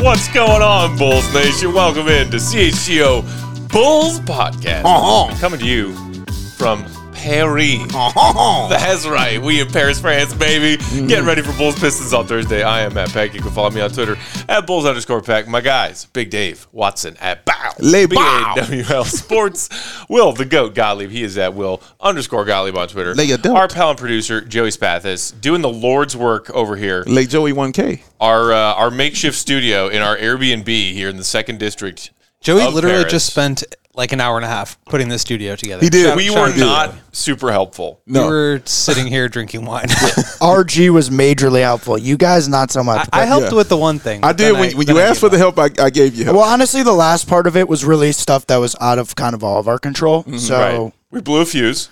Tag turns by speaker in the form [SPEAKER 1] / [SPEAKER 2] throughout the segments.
[SPEAKER 1] What's going on, Bulls Nation? Welcome in to CHGO Bulls Podcast.
[SPEAKER 2] Uh-huh.
[SPEAKER 1] Coming to you from Paris.
[SPEAKER 2] Uh-huh.
[SPEAKER 1] That's right. We in Paris, France, baby.
[SPEAKER 2] Mm-hmm.
[SPEAKER 1] Getting ready for Bulls Pistons on Thursday. I am Matt Pack. You can follow me on Twitter at Bulls underscore Pack. My guys, Big Dave Watson at Bow.
[SPEAKER 2] Lay bow.
[SPEAKER 1] BAWL Sports. Will the GOAT Gottlieb. He is at Will underscore Gottlieb on Twitter.
[SPEAKER 2] Lay your dope.
[SPEAKER 1] Our pal and producer, Joey Spathis, doing the Lord's work over here.
[SPEAKER 2] Lay Joey 1K.
[SPEAKER 1] Our, uh, our makeshift studio in our Airbnb here in the second district.
[SPEAKER 3] Joey
[SPEAKER 1] of
[SPEAKER 3] literally
[SPEAKER 1] Paris.
[SPEAKER 3] just spent like an hour and a half putting this studio together.
[SPEAKER 2] He did.
[SPEAKER 3] Shout-
[SPEAKER 1] We
[SPEAKER 3] shout out
[SPEAKER 1] were
[SPEAKER 3] to Joey.
[SPEAKER 1] not super helpful.
[SPEAKER 3] We were sitting here drinking wine.
[SPEAKER 4] RG was majorly helpful. You guys, not so much.
[SPEAKER 3] I
[SPEAKER 4] but-
[SPEAKER 3] helped
[SPEAKER 2] Yeah.
[SPEAKER 3] with the one thing.
[SPEAKER 2] I
[SPEAKER 3] but
[SPEAKER 2] did.
[SPEAKER 3] then
[SPEAKER 2] When,
[SPEAKER 3] I-
[SPEAKER 2] when
[SPEAKER 3] then
[SPEAKER 2] you
[SPEAKER 3] I
[SPEAKER 2] asked for
[SPEAKER 3] gave
[SPEAKER 2] the
[SPEAKER 3] up.
[SPEAKER 2] help, I, I gave you help.
[SPEAKER 4] well, honestly, the last part of it was really stuff that was out of kind of all of our control. So
[SPEAKER 1] Mm-hmm. Right. We blew a fuse.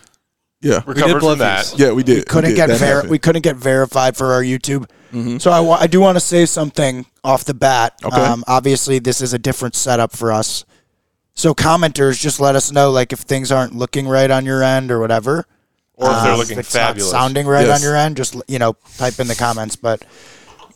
[SPEAKER 2] yeah.
[SPEAKER 1] Recovered
[SPEAKER 3] blow
[SPEAKER 1] from that.
[SPEAKER 3] fuse.
[SPEAKER 2] Yeah, we did. We
[SPEAKER 4] couldn't
[SPEAKER 2] did.
[SPEAKER 4] get
[SPEAKER 2] That
[SPEAKER 4] ver-
[SPEAKER 2] happened.
[SPEAKER 4] we couldn't get verified for our YouTube.
[SPEAKER 1] Mm-hmm.
[SPEAKER 4] So I, wa- I do want to say something off the bat. Um,
[SPEAKER 2] Okay.
[SPEAKER 4] obviously, this is a different setup for us. So commenters, just let us know like if things aren't looking right on your end or whatever.
[SPEAKER 1] Or if
[SPEAKER 3] Ah,
[SPEAKER 1] they're
[SPEAKER 4] Um,
[SPEAKER 1] looking
[SPEAKER 4] it's not
[SPEAKER 1] fabulous.
[SPEAKER 4] sounding right
[SPEAKER 2] Yes.
[SPEAKER 4] on your end, just you know, type in the comments. But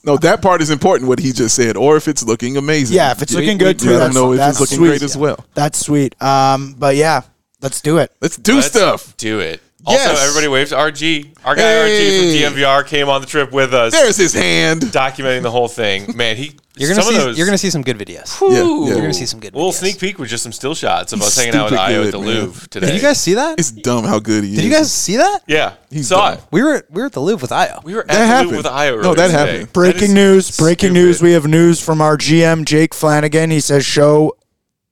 [SPEAKER 2] No, that part is important. What he just said, or if it's looking amazing.
[SPEAKER 4] yeah, if it's
[SPEAKER 2] We-
[SPEAKER 4] looking
[SPEAKER 2] we
[SPEAKER 4] good too,
[SPEAKER 2] Let them
[SPEAKER 4] that's,
[SPEAKER 2] know if
[SPEAKER 4] that's
[SPEAKER 2] it's looking
[SPEAKER 4] sweet.
[SPEAKER 2] great as well.
[SPEAKER 4] That's sweet. Um, but yeah, let's do it.
[SPEAKER 2] Let's do
[SPEAKER 1] Let's
[SPEAKER 2] stuff.
[SPEAKER 1] Do it.
[SPEAKER 2] Yes.
[SPEAKER 1] Also, everybody waves. RG, our guy
[SPEAKER 2] Hey.
[SPEAKER 1] RG from DMVR came on the trip with us,
[SPEAKER 2] There's his hand.
[SPEAKER 1] documenting the whole thing. Man, he
[SPEAKER 3] You're gonna
[SPEAKER 1] some
[SPEAKER 3] see.
[SPEAKER 1] of those.
[SPEAKER 3] You're gonna see some good videos.
[SPEAKER 2] Yeah,
[SPEAKER 1] Ooh.
[SPEAKER 2] yeah.
[SPEAKER 3] You're gonna see some good.
[SPEAKER 1] Little
[SPEAKER 3] videos.
[SPEAKER 1] sneak peek with just some still shots of us
[SPEAKER 2] He's
[SPEAKER 1] hanging out with
[SPEAKER 2] stupid
[SPEAKER 1] Io at
[SPEAKER 2] good,
[SPEAKER 1] the
[SPEAKER 2] man.
[SPEAKER 1] Louvre today.
[SPEAKER 3] Did you guys see that?
[SPEAKER 2] It's dumb how good he is.
[SPEAKER 3] Did you guys see that?
[SPEAKER 1] Yeah,
[SPEAKER 2] He's
[SPEAKER 1] saw
[SPEAKER 2] dumb.
[SPEAKER 1] it.
[SPEAKER 3] We were we were at the Louvre with Io.
[SPEAKER 1] We were at
[SPEAKER 2] That
[SPEAKER 1] the
[SPEAKER 2] happened.
[SPEAKER 1] Louvre with Io.
[SPEAKER 2] No,
[SPEAKER 1] earlier
[SPEAKER 2] that
[SPEAKER 1] today.
[SPEAKER 2] happened.
[SPEAKER 1] That is
[SPEAKER 4] Breaking news! Breaking
[SPEAKER 1] stupid.
[SPEAKER 4] news! We have news from our GM, Jake Flanagan. He says show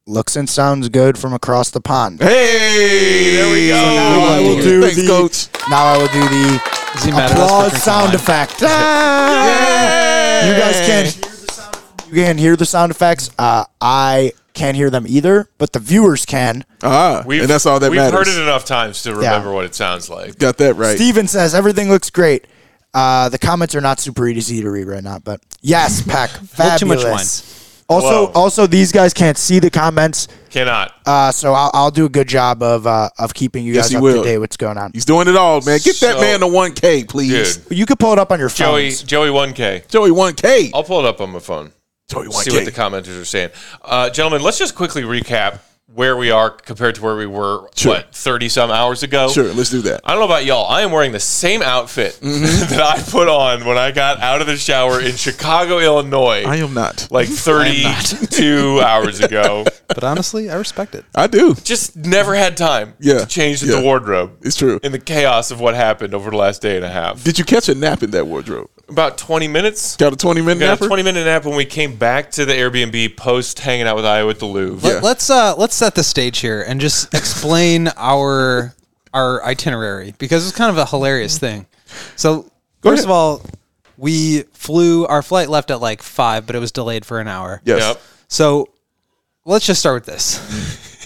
[SPEAKER 4] looks and sounds good from across the pond.
[SPEAKER 2] Hey, there we go.
[SPEAKER 4] I will do
[SPEAKER 2] Thanks,
[SPEAKER 4] the-
[SPEAKER 2] coach.
[SPEAKER 4] Now I will do the
[SPEAKER 3] Is he mad at us for
[SPEAKER 4] applause
[SPEAKER 3] drinking
[SPEAKER 4] sound
[SPEAKER 3] wine?
[SPEAKER 4] effect. Ah! You guys can't. You can hear the sound effects. Uh, I can't hear them either, but the viewers can.
[SPEAKER 2] Ah,
[SPEAKER 1] We've,
[SPEAKER 2] and that's all that
[SPEAKER 1] we've
[SPEAKER 2] matters.
[SPEAKER 1] heard it enough times to remember what it sounds like.
[SPEAKER 2] Got that right.
[SPEAKER 4] Steven says everything looks great. Uh, the comments are not super easy to read right now, but yes, Pack,
[SPEAKER 3] Well,
[SPEAKER 4] fabulous.
[SPEAKER 3] too much
[SPEAKER 4] Also,
[SPEAKER 1] Whoa.
[SPEAKER 4] also these guys can't see the comments.
[SPEAKER 1] Cannot.
[SPEAKER 4] Uh, so I'll, I'll do a good job of uh, of keeping you
[SPEAKER 2] Yes,
[SPEAKER 4] guys
[SPEAKER 2] you
[SPEAKER 4] up
[SPEAKER 2] will.
[SPEAKER 4] to date what's going on.
[SPEAKER 2] He's doing it all, man. Get that
[SPEAKER 1] So-
[SPEAKER 2] man to 1K, please.
[SPEAKER 1] Dude.
[SPEAKER 4] You could pull it up on your phone.
[SPEAKER 1] Joey, Joey 1K.
[SPEAKER 2] Joey 1K.
[SPEAKER 1] I'll pull it up on my phone.
[SPEAKER 2] Joey 1K.
[SPEAKER 1] see what the commenters are saying. Uh, gentlemen, let's just quickly recap where we are compared to where we were,
[SPEAKER 2] Sure.
[SPEAKER 1] what, 30 some hours ago?
[SPEAKER 2] sure, let's do that.
[SPEAKER 1] I don't know about y'all. I am wearing the same outfit
[SPEAKER 2] Mm-hmm.
[SPEAKER 1] that I put on when I got out of the shower in Chicago, Illinois,
[SPEAKER 2] I am not.
[SPEAKER 1] like 32 hours ago.
[SPEAKER 3] But honestly, I respect it.
[SPEAKER 2] I do.
[SPEAKER 1] Just never had time
[SPEAKER 2] Yeah,
[SPEAKER 1] to change
[SPEAKER 2] yeah.
[SPEAKER 1] the wardrobe.
[SPEAKER 2] It's true.
[SPEAKER 1] in the chaos of what happened over the last day and a half.
[SPEAKER 2] Did you catch a nap in that wardrobe?
[SPEAKER 1] About 20 minutes.
[SPEAKER 2] Got a 20 minute
[SPEAKER 1] We got
[SPEAKER 2] nap?
[SPEAKER 1] a 20 minute nap when we came back to the Airbnb post hanging out with Iowa at the Louvre.
[SPEAKER 2] Yeah.
[SPEAKER 3] Let's uh let's set the stage here and just explain our our itinerary because it's kind of a hilarious thing. So
[SPEAKER 2] ahead.
[SPEAKER 3] first of all, we flew our flight left at like five, but it was delayed for an hour.
[SPEAKER 2] Yes.
[SPEAKER 1] Yep.
[SPEAKER 3] So let's just start with this.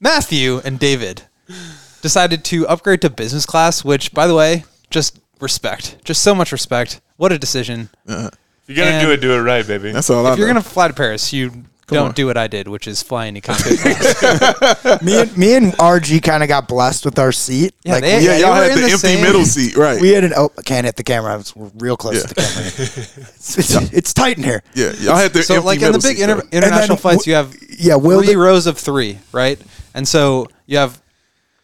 [SPEAKER 3] Matthew and David decided to upgrade to business class, which by the way, just respect. Just so much respect. What a decision.
[SPEAKER 1] If you're going to
[SPEAKER 3] And-
[SPEAKER 1] do it, do it right, baby.
[SPEAKER 2] That's all I
[SPEAKER 3] If you're
[SPEAKER 2] know.
[SPEAKER 3] gonna fly to Paris, you don't do what I did, which is fly any economy class.
[SPEAKER 4] me and me and RG kind of got blessed with our seat.
[SPEAKER 3] Yeah,
[SPEAKER 4] like
[SPEAKER 3] they-
[SPEAKER 4] we,
[SPEAKER 2] yeah,
[SPEAKER 3] they
[SPEAKER 2] y'all
[SPEAKER 3] were
[SPEAKER 2] had
[SPEAKER 3] in
[SPEAKER 2] the
[SPEAKER 3] the
[SPEAKER 2] empty
[SPEAKER 3] same-
[SPEAKER 2] middle seat, right?
[SPEAKER 4] we had an oh, I can't hit the camera. I was real close
[SPEAKER 2] Yeah.
[SPEAKER 4] to the camera. it's, it's, it's tight in here.
[SPEAKER 2] yeah, y'all had the
[SPEAKER 3] so
[SPEAKER 2] empty
[SPEAKER 3] like in
[SPEAKER 2] middle
[SPEAKER 3] the big
[SPEAKER 2] seat,
[SPEAKER 3] inter-
[SPEAKER 2] though.
[SPEAKER 3] international
[SPEAKER 4] w-
[SPEAKER 3] flights you have
[SPEAKER 4] yeah, will
[SPEAKER 3] three
[SPEAKER 4] the-
[SPEAKER 3] rows of three right and so you have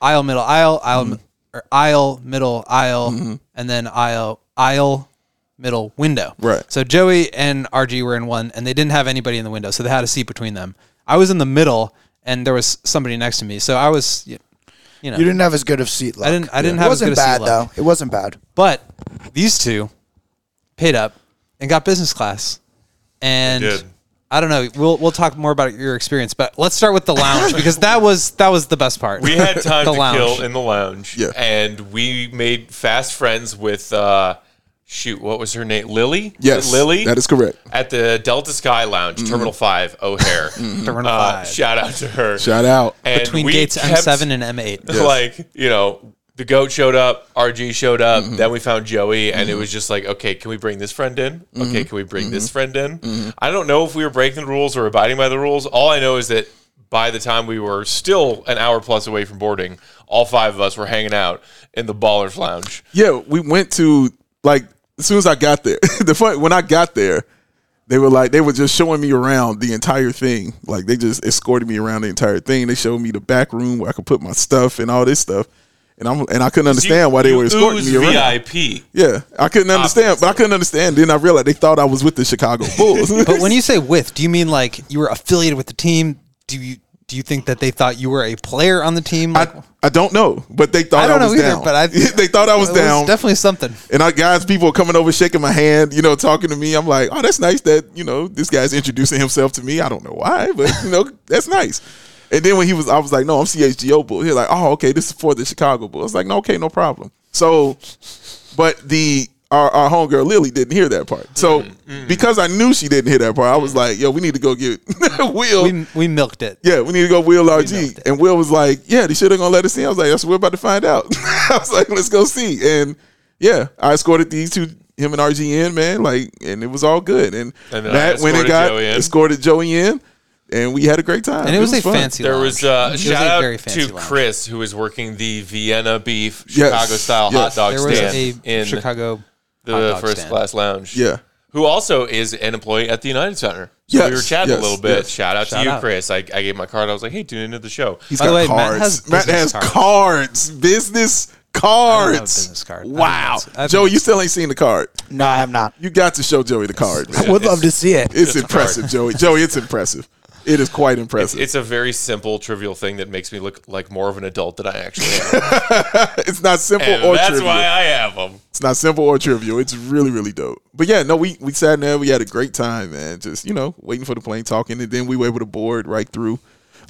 [SPEAKER 3] aisle middle aisle aisle mi-
[SPEAKER 4] Mm-hmm.
[SPEAKER 3] or aisle middle aisle and then aisle aisle middle window
[SPEAKER 2] Right.
[SPEAKER 3] so joey and rg were in one and they didn't have anybody in the window so they had a seat between them i was in the middle and there was somebody next to me so i was you know
[SPEAKER 4] You didn't have as good of seat luck.
[SPEAKER 3] i didn't i didn't
[SPEAKER 4] it
[SPEAKER 3] have as
[SPEAKER 4] wasn't
[SPEAKER 3] good a seat
[SPEAKER 4] bad
[SPEAKER 3] luck.
[SPEAKER 4] though. It wasn't bad.
[SPEAKER 3] But these two paid up and got business class.
[SPEAKER 1] They
[SPEAKER 3] And
[SPEAKER 1] did.
[SPEAKER 3] I don't know. We'll we'll talk more about your experience, but let's start with the lounge because that was that was the best part.
[SPEAKER 1] We had time
[SPEAKER 3] The
[SPEAKER 1] to
[SPEAKER 3] lounge.
[SPEAKER 1] kill in the lounge.
[SPEAKER 2] Yeah.
[SPEAKER 1] And we made fast friends with, uh, shoot, what was her name? Lily?
[SPEAKER 2] Yes,
[SPEAKER 1] Is it Lily?
[SPEAKER 2] that is Mm-hmm. correct.
[SPEAKER 1] At the Delta Sky Lounge, Terminal 5, O'Hare.
[SPEAKER 3] Terminal
[SPEAKER 1] Uh,
[SPEAKER 3] five.
[SPEAKER 1] Shout out to her.
[SPEAKER 2] Mm-hmm. Shout out.
[SPEAKER 1] And
[SPEAKER 3] between
[SPEAKER 1] we
[SPEAKER 3] gates
[SPEAKER 1] kept-
[SPEAKER 3] M7 and M8.
[SPEAKER 1] Like, you know, the goat showed up, RG showed up,
[SPEAKER 2] Mm-hmm.
[SPEAKER 1] then we found Joey, and it was just like, okay, can we bring this friend in?
[SPEAKER 2] Mm-hmm.
[SPEAKER 1] Okay, can we bring this friend in? I don't know if we were breaking the rules or abiding by the rules. All I know is that by the time we were still an hour plus away from boarding, all five of us were hanging out in the Ballers Lounge.
[SPEAKER 2] Yeah, we went to like as soon as I got there. the fun when I got there, They were like they were just showing me around the entire thing. Like they just escorted me around the entire thing. They showed me the back room where I could put my stuff and all this stuff. And I'm and I couldn't understand why they
[SPEAKER 1] You
[SPEAKER 2] were escorting
[SPEAKER 1] ooze
[SPEAKER 2] me around.
[SPEAKER 1] VIP.
[SPEAKER 2] Yeah, I couldn't understand, but I couldn't understand. Then I realized they thought I was with the Chicago Bulls.
[SPEAKER 3] But when you say with, do you mean like you were affiliated with the team? Do you do you think that they thought you were a player on the team? Like,
[SPEAKER 2] I, I don't know, but they thought I,
[SPEAKER 3] I don't
[SPEAKER 2] was
[SPEAKER 3] know either,
[SPEAKER 2] down.
[SPEAKER 3] but I
[SPEAKER 2] they thought I was
[SPEAKER 3] it
[SPEAKER 2] down.
[SPEAKER 3] definitely something.
[SPEAKER 2] and I guys, people were coming over, shaking my hand, you know, talking to me. I'm like, oh, that's nice that you know this guy's introducing himself to me. I don't know why, but you know, that's nice. And then when he was, I was like, no, I'm CHGO Bull. He was like, oh, okay, this is for the Chicago Bulls. I was like, no, okay, no problem. So, but the our, our homegirl Lily didn't hear that part. So because I knew she didn't hear that part, I was like, yo, we need to go get Will.
[SPEAKER 3] We we milked it.
[SPEAKER 2] Yeah, we need to go Will
[SPEAKER 3] milked
[SPEAKER 2] RG.
[SPEAKER 3] it.
[SPEAKER 2] And Will was like, Yeah, they should have gonna let us in. I was like, That's what we're about to find out. I was like, let's go see. And yeah, I escorted these two him and RG in, man, like and it was all good. And,
[SPEAKER 1] And then I
[SPEAKER 2] Matt went
[SPEAKER 1] escorted
[SPEAKER 2] and got
[SPEAKER 1] Joey in.
[SPEAKER 2] escorted Joey in and we had a great time.
[SPEAKER 3] And it was, a
[SPEAKER 2] fun.
[SPEAKER 3] fancy.
[SPEAKER 1] There
[SPEAKER 3] lounge.
[SPEAKER 1] was uh,
[SPEAKER 3] It
[SPEAKER 1] shout
[SPEAKER 3] a
[SPEAKER 1] out
[SPEAKER 3] very fancy
[SPEAKER 1] to
[SPEAKER 3] lounge.
[SPEAKER 1] Chris who is working the Vienna beef
[SPEAKER 2] Yes,
[SPEAKER 1] Chicago style hot
[SPEAKER 2] yes.
[SPEAKER 1] dog
[SPEAKER 3] There was a
[SPEAKER 1] stand in
[SPEAKER 3] Chicago hot
[SPEAKER 1] the
[SPEAKER 3] dog
[SPEAKER 1] first
[SPEAKER 3] stand.
[SPEAKER 1] class lounge.
[SPEAKER 2] Yeah.
[SPEAKER 1] Who also is an employee at the United Center. So
[SPEAKER 2] Yes,
[SPEAKER 1] we were chatting
[SPEAKER 2] yes,
[SPEAKER 1] a little bit.
[SPEAKER 2] yes.
[SPEAKER 1] Shout out
[SPEAKER 3] Shout
[SPEAKER 1] to you,
[SPEAKER 3] out.
[SPEAKER 1] Chris. I, I gave my card. I was like, hey, tune into the show.
[SPEAKER 2] He's
[SPEAKER 3] By
[SPEAKER 2] got
[SPEAKER 3] the way, Matt
[SPEAKER 2] cards.
[SPEAKER 3] has
[SPEAKER 2] Matt
[SPEAKER 3] business
[SPEAKER 2] has
[SPEAKER 3] cards.
[SPEAKER 2] cards. business cards.
[SPEAKER 3] have a business card. I don't
[SPEAKER 2] Wow.
[SPEAKER 3] have business- I have
[SPEAKER 2] Joe, you still ain't seen the card.
[SPEAKER 4] No, I have not.
[SPEAKER 2] You got to show Joey the card, man.
[SPEAKER 4] I would love to see it.
[SPEAKER 2] It's impressive, Joey. Joey, it's impressive. It is quite impressive.
[SPEAKER 1] It's a very simple, trivial thing that makes me look like more of an adult than I actually am.
[SPEAKER 2] It's not simple
[SPEAKER 1] and
[SPEAKER 2] or
[SPEAKER 1] that's
[SPEAKER 2] trivial.
[SPEAKER 1] why I have them.
[SPEAKER 2] It's not simple or trivial. It's really, really dope. But yeah, no, we we sat in there. We had a great time, man. Just you know, waiting for the plane, talking, and then we were able to board right through. uh,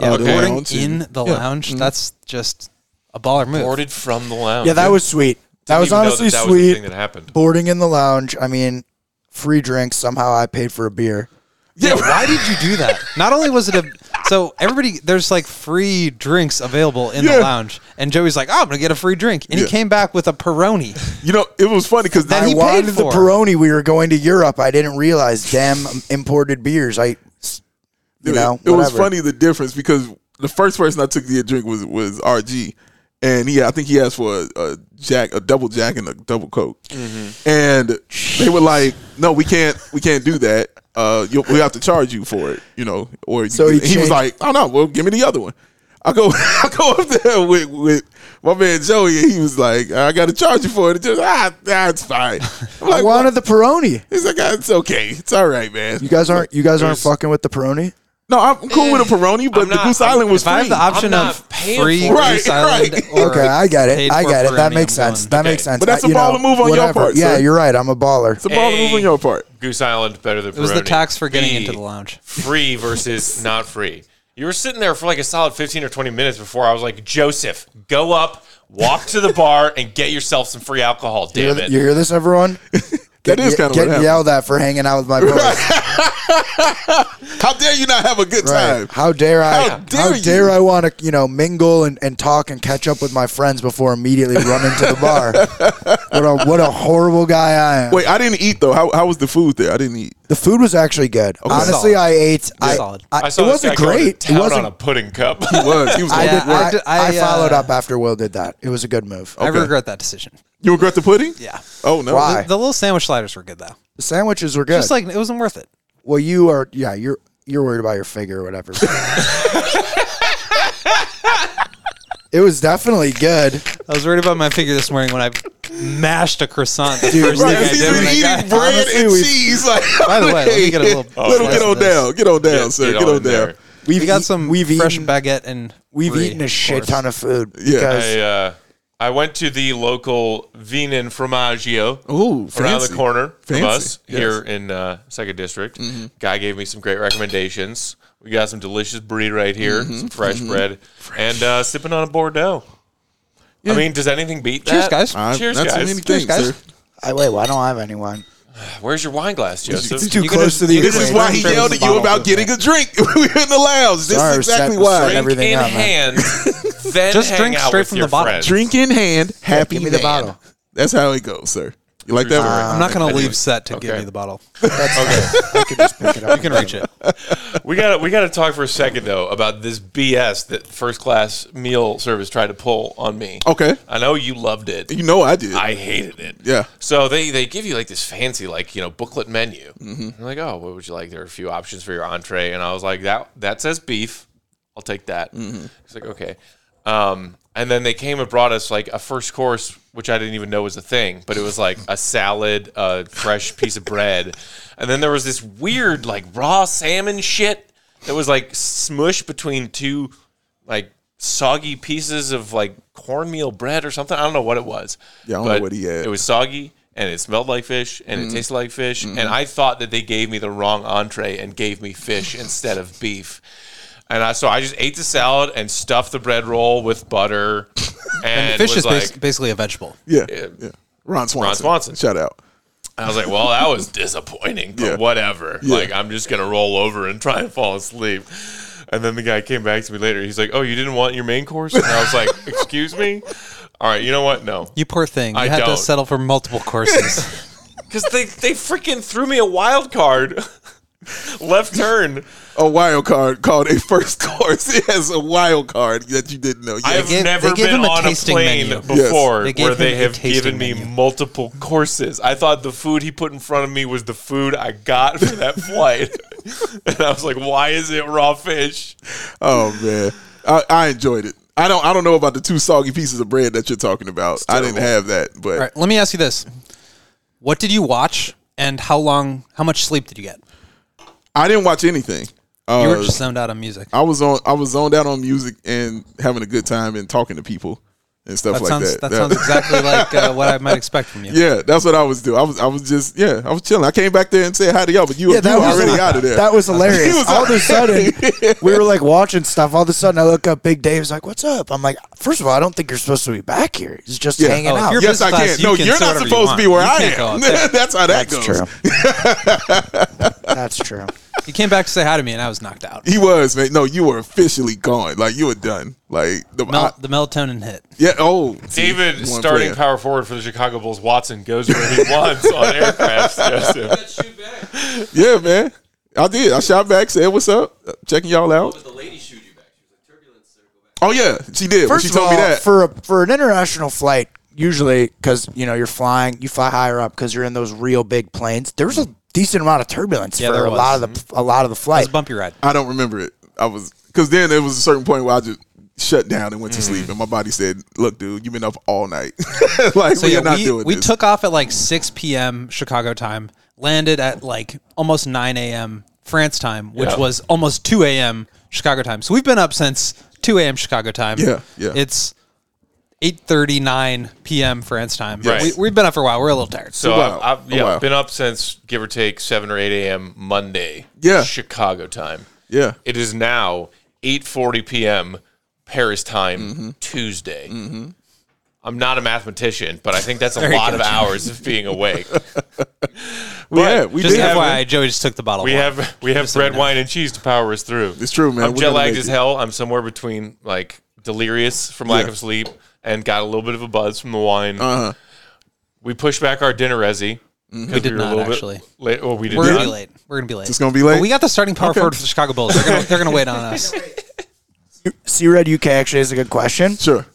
[SPEAKER 2] Yeah,
[SPEAKER 1] okay. Boarding
[SPEAKER 3] in the lounge.
[SPEAKER 4] Mm.
[SPEAKER 3] That's just a baller move.
[SPEAKER 1] Ordered from the lounge.
[SPEAKER 4] Yeah, that was sweet. That
[SPEAKER 1] Didn't
[SPEAKER 4] was
[SPEAKER 1] even know
[SPEAKER 4] honestly
[SPEAKER 1] that, that Was the
[SPEAKER 4] sweet.
[SPEAKER 1] thing that happened.
[SPEAKER 4] Boarding in the lounge. I mean, free drinks. Somehow I paid for a beer.
[SPEAKER 3] Yeah, why did you do that? Not only was it a so everybody there's like free drinks available in
[SPEAKER 2] Yeah.
[SPEAKER 3] the lounge, and Joey's like, "Oh, I'm gonna get a free drink," and
[SPEAKER 2] Yeah.
[SPEAKER 3] he came back with a Peroni.
[SPEAKER 2] You know, it was funny because
[SPEAKER 3] That
[SPEAKER 4] I
[SPEAKER 3] he paid
[SPEAKER 4] wanted the
[SPEAKER 3] for.
[SPEAKER 4] Peroni. We were going to Europe. I didn't realize damn imported beers. I, you know,
[SPEAKER 2] it was
[SPEAKER 4] whatever.
[SPEAKER 2] funny the difference because the first person I took to get a drink was was RG, and he I think he asked for a, a jack, a double jack, and a double coke, and they were like, "No, we can't, we can't do that. Uh, you, we have to charge you for it, you know." Or you-
[SPEAKER 4] So he
[SPEAKER 2] was
[SPEAKER 4] changed-
[SPEAKER 2] like, "Oh no, well, give me the other one." I go, I go up there with, with my man Joey, and he was like, "I got to charge you for it." Just ah, that's fine. I'm
[SPEAKER 4] I
[SPEAKER 2] like,
[SPEAKER 4] wanted the Peroni.
[SPEAKER 2] He's like, "Ah, it's okay, it's all right, man.
[SPEAKER 4] You guys aren't. You guys aren't fucking with the Peroni.
[SPEAKER 2] No, I'm cool with a Peroni, but
[SPEAKER 1] I'm
[SPEAKER 2] the
[SPEAKER 1] not-
[SPEAKER 2] Goose Island was
[SPEAKER 3] If I have
[SPEAKER 2] free.
[SPEAKER 3] the option
[SPEAKER 1] I'm
[SPEAKER 3] of
[SPEAKER 1] not paying
[SPEAKER 3] free
[SPEAKER 1] for it.
[SPEAKER 2] Right,
[SPEAKER 3] Goose Island
[SPEAKER 2] right.
[SPEAKER 3] or
[SPEAKER 4] Okay, I got it.
[SPEAKER 3] paid
[SPEAKER 4] I
[SPEAKER 3] for
[SPEAKER 4] got it. That
[SPEAKER 3] Peroni,
[SPEAKER 4] makes
[SPEAKER 3] I'm
[SPEAKER 4] sense.
[SPEAKER 3] going.
[SPEAKER 4] That
[SPEAKER 1] Okay.
[SPEAKER 4] makes sense.
[SPEAKER 2] But that's
[SPEAKER 4] I-
[SPEAKER 2] a
[SPEAKER 4] you know,
[SPEAKER 2] baller move on your
[SPEAKER 4] whatever.
[SPEAKER 2] part,
[SPEAKER 4] Yeah,
[SPEAKER 2] sir.
[SPEAKER 4] you're right. I'm a baller.
[SPEAKER 2] It's a ball move on your part.
[SPEAKER 1] Goose Island better than
[SPEAKER 3] It was the
[SPEAKER 1] pepperoni.
[SPEAKER 3] tax for getting
[SPEAKER 1] B,
[SPEAKER 3] into the lounge.
[SPEAKER 1] Free versus not free. You were sitting there for like a solid 15 or 20 minutes before I was like, Joseph, go up, walk to the bar, and get yourself some free alcohol.
[SPEAKER 4] You hear
[SPEAKER 1] Damn
[SPEAKER 4] th-
[SPEAKER 1] it.
[SPEAKER 4] you hear this, everyone?
[SPEAKER 2] That is
[SPEAKER 4] Get-
[SPEAKER 2] kind of what
[SPEAKER 4] Get
[SPEAKER 2] happened.
[SPEAKER 4] yelled at for hanging out with my boys.
[SPEAKER 2] How dare you not have a good
[SPEAKER 4] Right.
[SPEAKER 2] time?
[SPEAKER 4] How dare I?
[SPEAKER 2] How
[SPEAKER 4] How
[SPEAKER 2] dare
[SPEAKER 4] dare,
[SPEAKER 2] you?
[SPEAKER 4] I want to, you know, mingle and, and talk and catch up with my friends before immediately running to the bar? what a what a horrible guy I am.
[SPEAKER 2] Wait, I didn't eat though. How, how was the food there? I didn't eat.
[SPEAKER 4] The food was actually good. Honestly,
[SPEAKER 3] Solid.
[SPEAKER 4] I ate. I,
[SPEAKER 3] Solid.
[SPEAKER 4] I,
[SPEAKER 1] I saw
[SPEAKER 4] it
[SPEAKER 1] this
[SPEAKER 4] wasn't
[SPEAKER 1] guy going to
[SPEAKER 4] great. It
[SPEAKER 1] town on a
[SPEAKER 4] wasn't.
[SPEAKER 1] pudding cup.
[SPEAKER 2] He was. He was.
[SPEAKER 4] I,
[SPEAKER 2] like,
[SPEAKER 4] did,
[SPEAKER 3] I
[SPEAKER 4] I,
[SPEAKER 3] did-
[SPEAKER 4] I,
[SPEAKER 3] I,
[SPEAKER 4] followed
[SPEAKER 3] uh,
[SPEAKER 4] up after Will did that. It was a good move.
[SPEAKER 3] I
[SPEAKER 2] Okay.
[SPEAKER 3] regret that decision.
[SPEAKER 2] you regret the pudding?
[SPEAKER 3] Yeah.
[SPEAKER 2] Oh no.
[SPEAKER 4] Why?
[SPEAKER 3] The little sandwich sliders were good though.
[SPEAKER 4] The sandwiches were good.
[SPEAKER 3] Just like it wasn't worth it.
[SPEAKER 4] well, you are. Yeah, you're. You're worried about your figure or whatever. it was definitely good.
[SPEAKER 3] I was worried about my figure this morning when I mashed a croissant. The
[SPEAKER 4] Dude,
[SPEAKER 3] first
[SPEAKER 4] right,
[SPEAKER 3] thing I
[SPEAKER 2] He's
[SPEAKER 3] did
[SPEAKER 2] been
[SPEAKER 3] when I
[SPEAKER 2] eating
[SPEAKER 3] got-
[SPEAKER 2] bread
[SPEAKER 4] Honestly,
[SPEAKER 2] and
[SPEAKER 4] we-
[SPEAKER 2] cheese. Like,
[SPEAKER 3] By the way, let me get a little
[SPEAKER 2] Let him
[SPEAKER 3] slice
[SPEAKER 2] get
[SPEAKER 3] of
[SPEAKER 2] on
[SPEAKER 3] this.
[SPEAKER 2] down. Get on down,
[SPEAKER 1] Get-
[SPEAKER 2] sir.
[SPEAKER 1] get
[SPEAKER 2] Get on,
[SPEAKER 1] on
[SPEAKER 2] down.
[SPEAKER 1] there.
[SPEAKER 3] We got
[SPEAKER 4] eat-
[SPEAKER 3] some
[SPEAKER 4] E, we've
[SPEAKER 3] fresh
[SPEAKER 4] eaten,
[SPEAKER 3] baguette and
[SPEAKER 4] We've
[SPEAKER 3] brie,
[SPEAKER 4] eaten a
[SPEAKER 3] of
[SPEAKER 4] shit
[SPEAKER 3] course.
[SPEAKER 4] ton of food.
[SPEAKER 2] Yeah.
[SPEAKER 4] because-
[SPEAKER 1] I, uh, I went to the local Vienan Fromaggio
[SPEAKER 2] Ooh,
[SPEAKER 1] around
[SPEAKER 2] fancy.
[SPEAKER 1] the corner from
[SPEAKER 2] Fancy,
[SPEAKER 1] us
[SPEAKER 2] yes.
[SPEAKER 1] here in uh, Second District. Guy gave me some great recommendations. We got some delicious bread right here, some fresh bread, and uh, sipping on a Bordeaux. I mean, does anything beat
[SPEAKER 3] Cheers,
[SPEAKER 1] that?
[SPEAKER 3] guys.
[SPEAKER 2] I-
[SPEAKER 1] Cheers,
[SPEAKER 2] that's
[SPEAKER 1] guys.
[SPEAKER 2] many things,
[SPEAKER 3] guys.
[SPEAKER 2] sir.
[SPEAKER 4] I wait. Well, I don't have anyone.
[SPEAKER 1] Where's your wine glass, Joseph?
[SPEAKER 4] It's too
[SPEAKER 3] You could've-
[SPEAKER 4] close to the.
[SPEAKER 3] you
[SPEAKER 2] This is
[SPEAKER 3] Wait,
[SPEAKER 4] equator.
[SPEAKER 2] why he
[SPEAKER 3] friends
[SPEAKER 2] yelled
[SPEAKER 3] with
[SPEAKER 2] at you
[SPEAKER 3] bottle.
[SPEAKER 2] about getting a drink. we were in the lounge. This
[SPEAKER 4] Sorry,
[SPEAKER 2] is exactly
[SPEAKER 4] set-
[SPEAKER 2] why.
[SPEAKER 4] set
[SPEAKER 1] drink
[SPEAKER 4] everything
[SPEAKER 1] in
[SPEAKER 4] out, man.
[SPEAKER 1] hand, then
[SPEAKER 3] Just
[SPEAKER 1] hang
[SPEAKER 3] drink
[SPEAKER 1] out
[SPEAKER 3] straight
[SPEAKER 1] with
[SPEAKER 3] from the
[SPEAKER 1] your
[SPEAKER 3] bottle.
[SPEAKER 1] friends.
[SPEAKER 2] Drink in hand, happy
[SPEAKER 4] give me the
[SPEAKER 2] man.
[SPEAKER 4] bottle.
[SPEAKER 2] That's how it goes, sir. You like that?
[SPEAKER 3] I'm not going
[SPEAKER 1] I
[SPEAKER 3] to
[SPEAKER 1] do.
[SPEAKER 3] leave set to give
[SPEAKER 1] Okay.
[SPEAKER 3] me the bottle.
[SPEAKER 4] I can just pick it up.
[SPEAKER 3] You can reach it.
[SPEAKER 1] We got to we got to talk for a second though about this BS that first class meal service tried to pull on me.
[SPEAKER 2] Okay.
[SPEAKER 1] I know you loved it.
[SPEAKER 2] you know I did.
[SPEAKER 1] I hated it.
[SPEAKER 2] Yeah.
[SPEAKER 1] So they they give you like this fancy like you know booklet menu. I'm like, oh, what would you like? There are a few options for your entree, and I was like, that that says beef. I'll take that. It's like okay. Um, and then they came and brought us like a first course, which I didn't even know was a thing, but it was like a salad, a fresh piece of bread, and then there was this weird like raw salmon shit that was like smushed between two like soggy pieces of like cornmeal bread or something. I don't know what it was.
[SPEAKER 2] Yeah, I don't know what he had.
[SPEAKER 1] It was soggy and it smelled like fish and it tasted like fish. And I thought that they gave me the wrong entree and gave me fish instead of beef. And I, so I just ate the salad and stuffed the bread roll with butter. And,
[SPEAKER 3] Fish
[SPEAKER 1] was
[SPEAKER 3] is
[SPEAKER 1] like,
[SPEAKER 3] bas- basically a vegetable.
[SPEAKER 2] yeah. yeah. Ron Swanson.
[SPEAKER 1] Swanson.
[SPEAKER 2] Shout out.
[SPEAKER 1] I was like, well, that was disappointing, but
[SPEAKER 2] Yeah.
[SPEAKER 1] whatever. Like, I'm just going to roll over and try and fall asleep. And then the guy came back to me later. He's like, oh, you didn't want your main course? And I was like, excuse me? All right, you know what? No.
[SPEAKER 3] You poor thing. You
[SPEAKER 1] I
[SPEAKER 3] had
[SPEAKER 1] don't.
[SPEAKER 3] to settle for multiple courses.
[SPEAKER 1] Because they, they freaking threw me a wild card. Left turn.
[SPEAKER 2] A wild card called a first course. It has a wild card that you didn't know.
[SPEAKER 1] I've
[SPEAKER 2] Yes.
[SPEAKER 3] gave-
[SPEAKER 1] never
[SPEAKER 3] they gave
[SPEAKER 1] been
[SPEAKER 3] him a
[SPEAKER 1] on a
[SPEAKER 3] tasting
[SPEAKER 1] plane
[SPEAKER 3] menu.
[SPEAKER 2] Yes.
[SPEAKER 1] before
[SPEAKER 3] They gave
[SPEAKER 1] where
[SPEAKER 3] him
[SPEAKER 1] they
[SPEAKER 3] a
[SPEAKER 1] have
[SPEAKER 3] tasting
[SPEAKER 1] given me
[SPEAKER 3] menu.
[SPEAKER 1] multiple courses. I thought the food he put in front of me was the food I got for that flight. and I was like, why is it raw fish?
[SPEAKER 2] Oh man, I, I enjoyed it. I don't. I don't know about the two soggy pieces of bread that you're talking about. I didn't have that, but
[SPEAKER 3] All right, let me ask you this. What did you watch and how long, how much sleep did you get?
[SPEAKER 2] I didn't watch anything. Uh,
[SPEAKER 3] You were just zoned out on music.
[SPEAKER 2] I was on. I was zoned out on music and having a good time and talking to people and stuff
[SPEAKER 3] That
[SPEAKER 2] like
[SPEAKER 3] sounds,
[SPEAKER 2] that.
[SPEAKER 3] that sounds exactly like uh, what I might expect from you.
[SPEAKER 2] yeah, that's what I was doing. I was. I was just. Yeah, I was chilling. I came back there and said hi to y'all, but you, you were already out of there.
[SPEAKER 4] That was
[SPEAKER 2] He
[SPEAKER 4] hilarious.
[SPEAKER 2] was
[SPEAKER 4] all of a sudden, we were like watching stuff. All of a sudden, I look up. Big Dave's like, "What's up?" I'm like, first of all, I don't think you're supposed to be back here. He's just
[SPEAKER 2] Yeah.
[SPEAKER 4] hanging
[SPEAKER 3] Oh, if
[SPEAKER 4] out."
[SPEAKER 3] you're
[SPEAKER 2] yes, I
[SPEAKER 3] business
[SPEAKER 2] can.
[SPEAKER 3] class, you
[SPEAKER 2] no,
[SPEAKER 3] can
[SPEAKER 2] you're
[SPEAKER 3] say
[SPEAKER 2] not
[SPEAKER 3] whatever you
[SPEAKER 2] supposed to be
[SPEAKER 3] want.
[SPEAKER 2] where I
[SPEAKER 3] You can't go
[SPEAKER 2] am.
[SPEAKER 3] out there.
[SPEAKER 2] that's how that
[SPEAKER 4] That's
[SPEAKER 2] goes.
[SPEAKER 4] true. That's true.
[SPEAKER 3] You came back to say hi to me and I was knocked out.
[SPEAKER 2] He was man. No, you were officially gone. Like you were done. Like the I-
[SPEAKER 3] Mel- the melatonin hit.
[SPEAKER 2] yeah. Oh, see,
[SPEAKER 1] David,
[SPEAKER 2] one
[SPEAKER 1] starting
[SPEAKER 2] player.
[SPEAKER 1] power forward for the Chicago Bulls, Watson goes where he wants on aircrafts, Joseph.
[SPEAKER 5] shoot back.
[SPEAKER 2] Yeah, man. I did. I shot back, said what's up, Uh, checking y'all out.
[SPEAKER 5] But the lady shoot you back. She was like, turbulence, sir, go back.
[SPEAKER 2] Oh yeah, she did. When
[SPEAKER 4] First
[SPEAKER 2] she
[SPEAKER 4] of
[SPEAKER 2] told
[SPEAKER 4] all,
[SPEAKER 2] me that.
[SPEAKER 4] for a, for an international flight, usually because you know you're flying, you fly higher up because you're in those real big planes. There was a decent amount of turbulence
[SPEAKER 3] Yeah,
[SPEAKER 4] for
[SPEAKER 3] there
[SPEAKER 4] a
[SPEAKER 3] was.
[SPEAKER 4] lot of the a lot of the
[SPEAKER 3] It was
[SPEAKER 4] flight.
[SPEAKER 3] a bumpy ride.
[SPEAKER 2] I don't remember it. I was because then there was a certain point where I just shut down and went
[SPEAKER 3] Mm-hmm.
[SPEAKER 2] to sleep, and my body said, "Look, dude, you've been up all night. like
[SPEAKER 3] So
[SPEAKER 2] we
[SPEAKER 3] yeah,
[SPEAKER 2] are not
[SPEAKER 3] we,
[SPEAKER 2] doing
[SPEAKER 3] we
[SPEAKER 2] this."
[SPEAKER 3] took off at like 6 p.m. Chicago time, landed at like almost 9 a.m. France time, which
[SPEAKER 1] Yeah.
[SPEAKER 3] was almost 2 a.m. Chicago time. So we've been up since 2 a.m. Chicago time.
[SPEAKER 2] Yeah, yeah.
[SPEAKER 3] It's 8:39 p.m. France time.
[SPEAKER 1] Yes.
[SPEAKER 3] We, we've been up for a while. We're a little tired.
[SPEAKER 1] So
[SPEAKER 2] A while,
[SPEAKER 1] I've, I've
[SPEAKER 2] a
[SPEAKER 1] yeah,
[SPEAKER 2] while.
[SPEAKER 1] been up since give or take 7 or 8 a.m. Monday,
[SPEAKER 2] Yeah.
[SPEAKER 1] Chicago time.
[SPEAKER 2] yeah,
[SPEAKER 1] It is now 8:40 p.m. Paris time Tuesday. I'm not a mathematician, but I think that's a lot of hours of being awake.
[SPEAKER 2] we had, we
[SPEAKER 3] just
[SPEAKER 2] did.
[SPEAKER 3] FYI,
[SPEAKER 2] man.
[SPEAKER 3] Joey just took the bottle.
[SPEAKER 1] We have we have
[SPEAKER 3] so you
[SPEAKER 1] bread,
[SPEAKER 3] know.
[SPEAKER 1] wine, and cheese to power us through.
[SPEAKER 2] It's true, man.
[SPEAKER 1] I'm
[SPEAKER 2] We're
[SPEAKER 1] jet
[SPEAKER 2] gonna
[SPEAKER 1] lagged
[SPEAKER 2] make
[SPEAKER 1] as
[SPEAKER 2] it.
[SPEAKER 1] hell. I'm somewhere between like delirious from lack
[SPEAKER 2] Yeah.
[SPEAKER 1] of sleep and got a little bit of a buzz from the wine. Uh-huh. We pushed back our dinner, Ezzy. We
[SPEAKER 3] did
[SPEAKER 1] were a
[SPEAKER 3] not,
[SPEAKER 1] little bit
[SPEAKER 3] actually.
[SPEAKER 1] Late. Well, we did
[SPEAKER 3] We're gonna be
[SPEAKER 1] not.
[SPEAKER 3] late. We're gonna be late.
[SPEAKER 2] It's gonna be late?
[SPEAKER 3] But we got the starting power
[SPEAKER 2] Okay.
[SPEAKER 3] forward for the Chicago Bulls. They're gonna, they're gonna wait on us.
[SPEAKER 4] Sea Red UK actually is a good question.
[SPEAKER 2] Sure.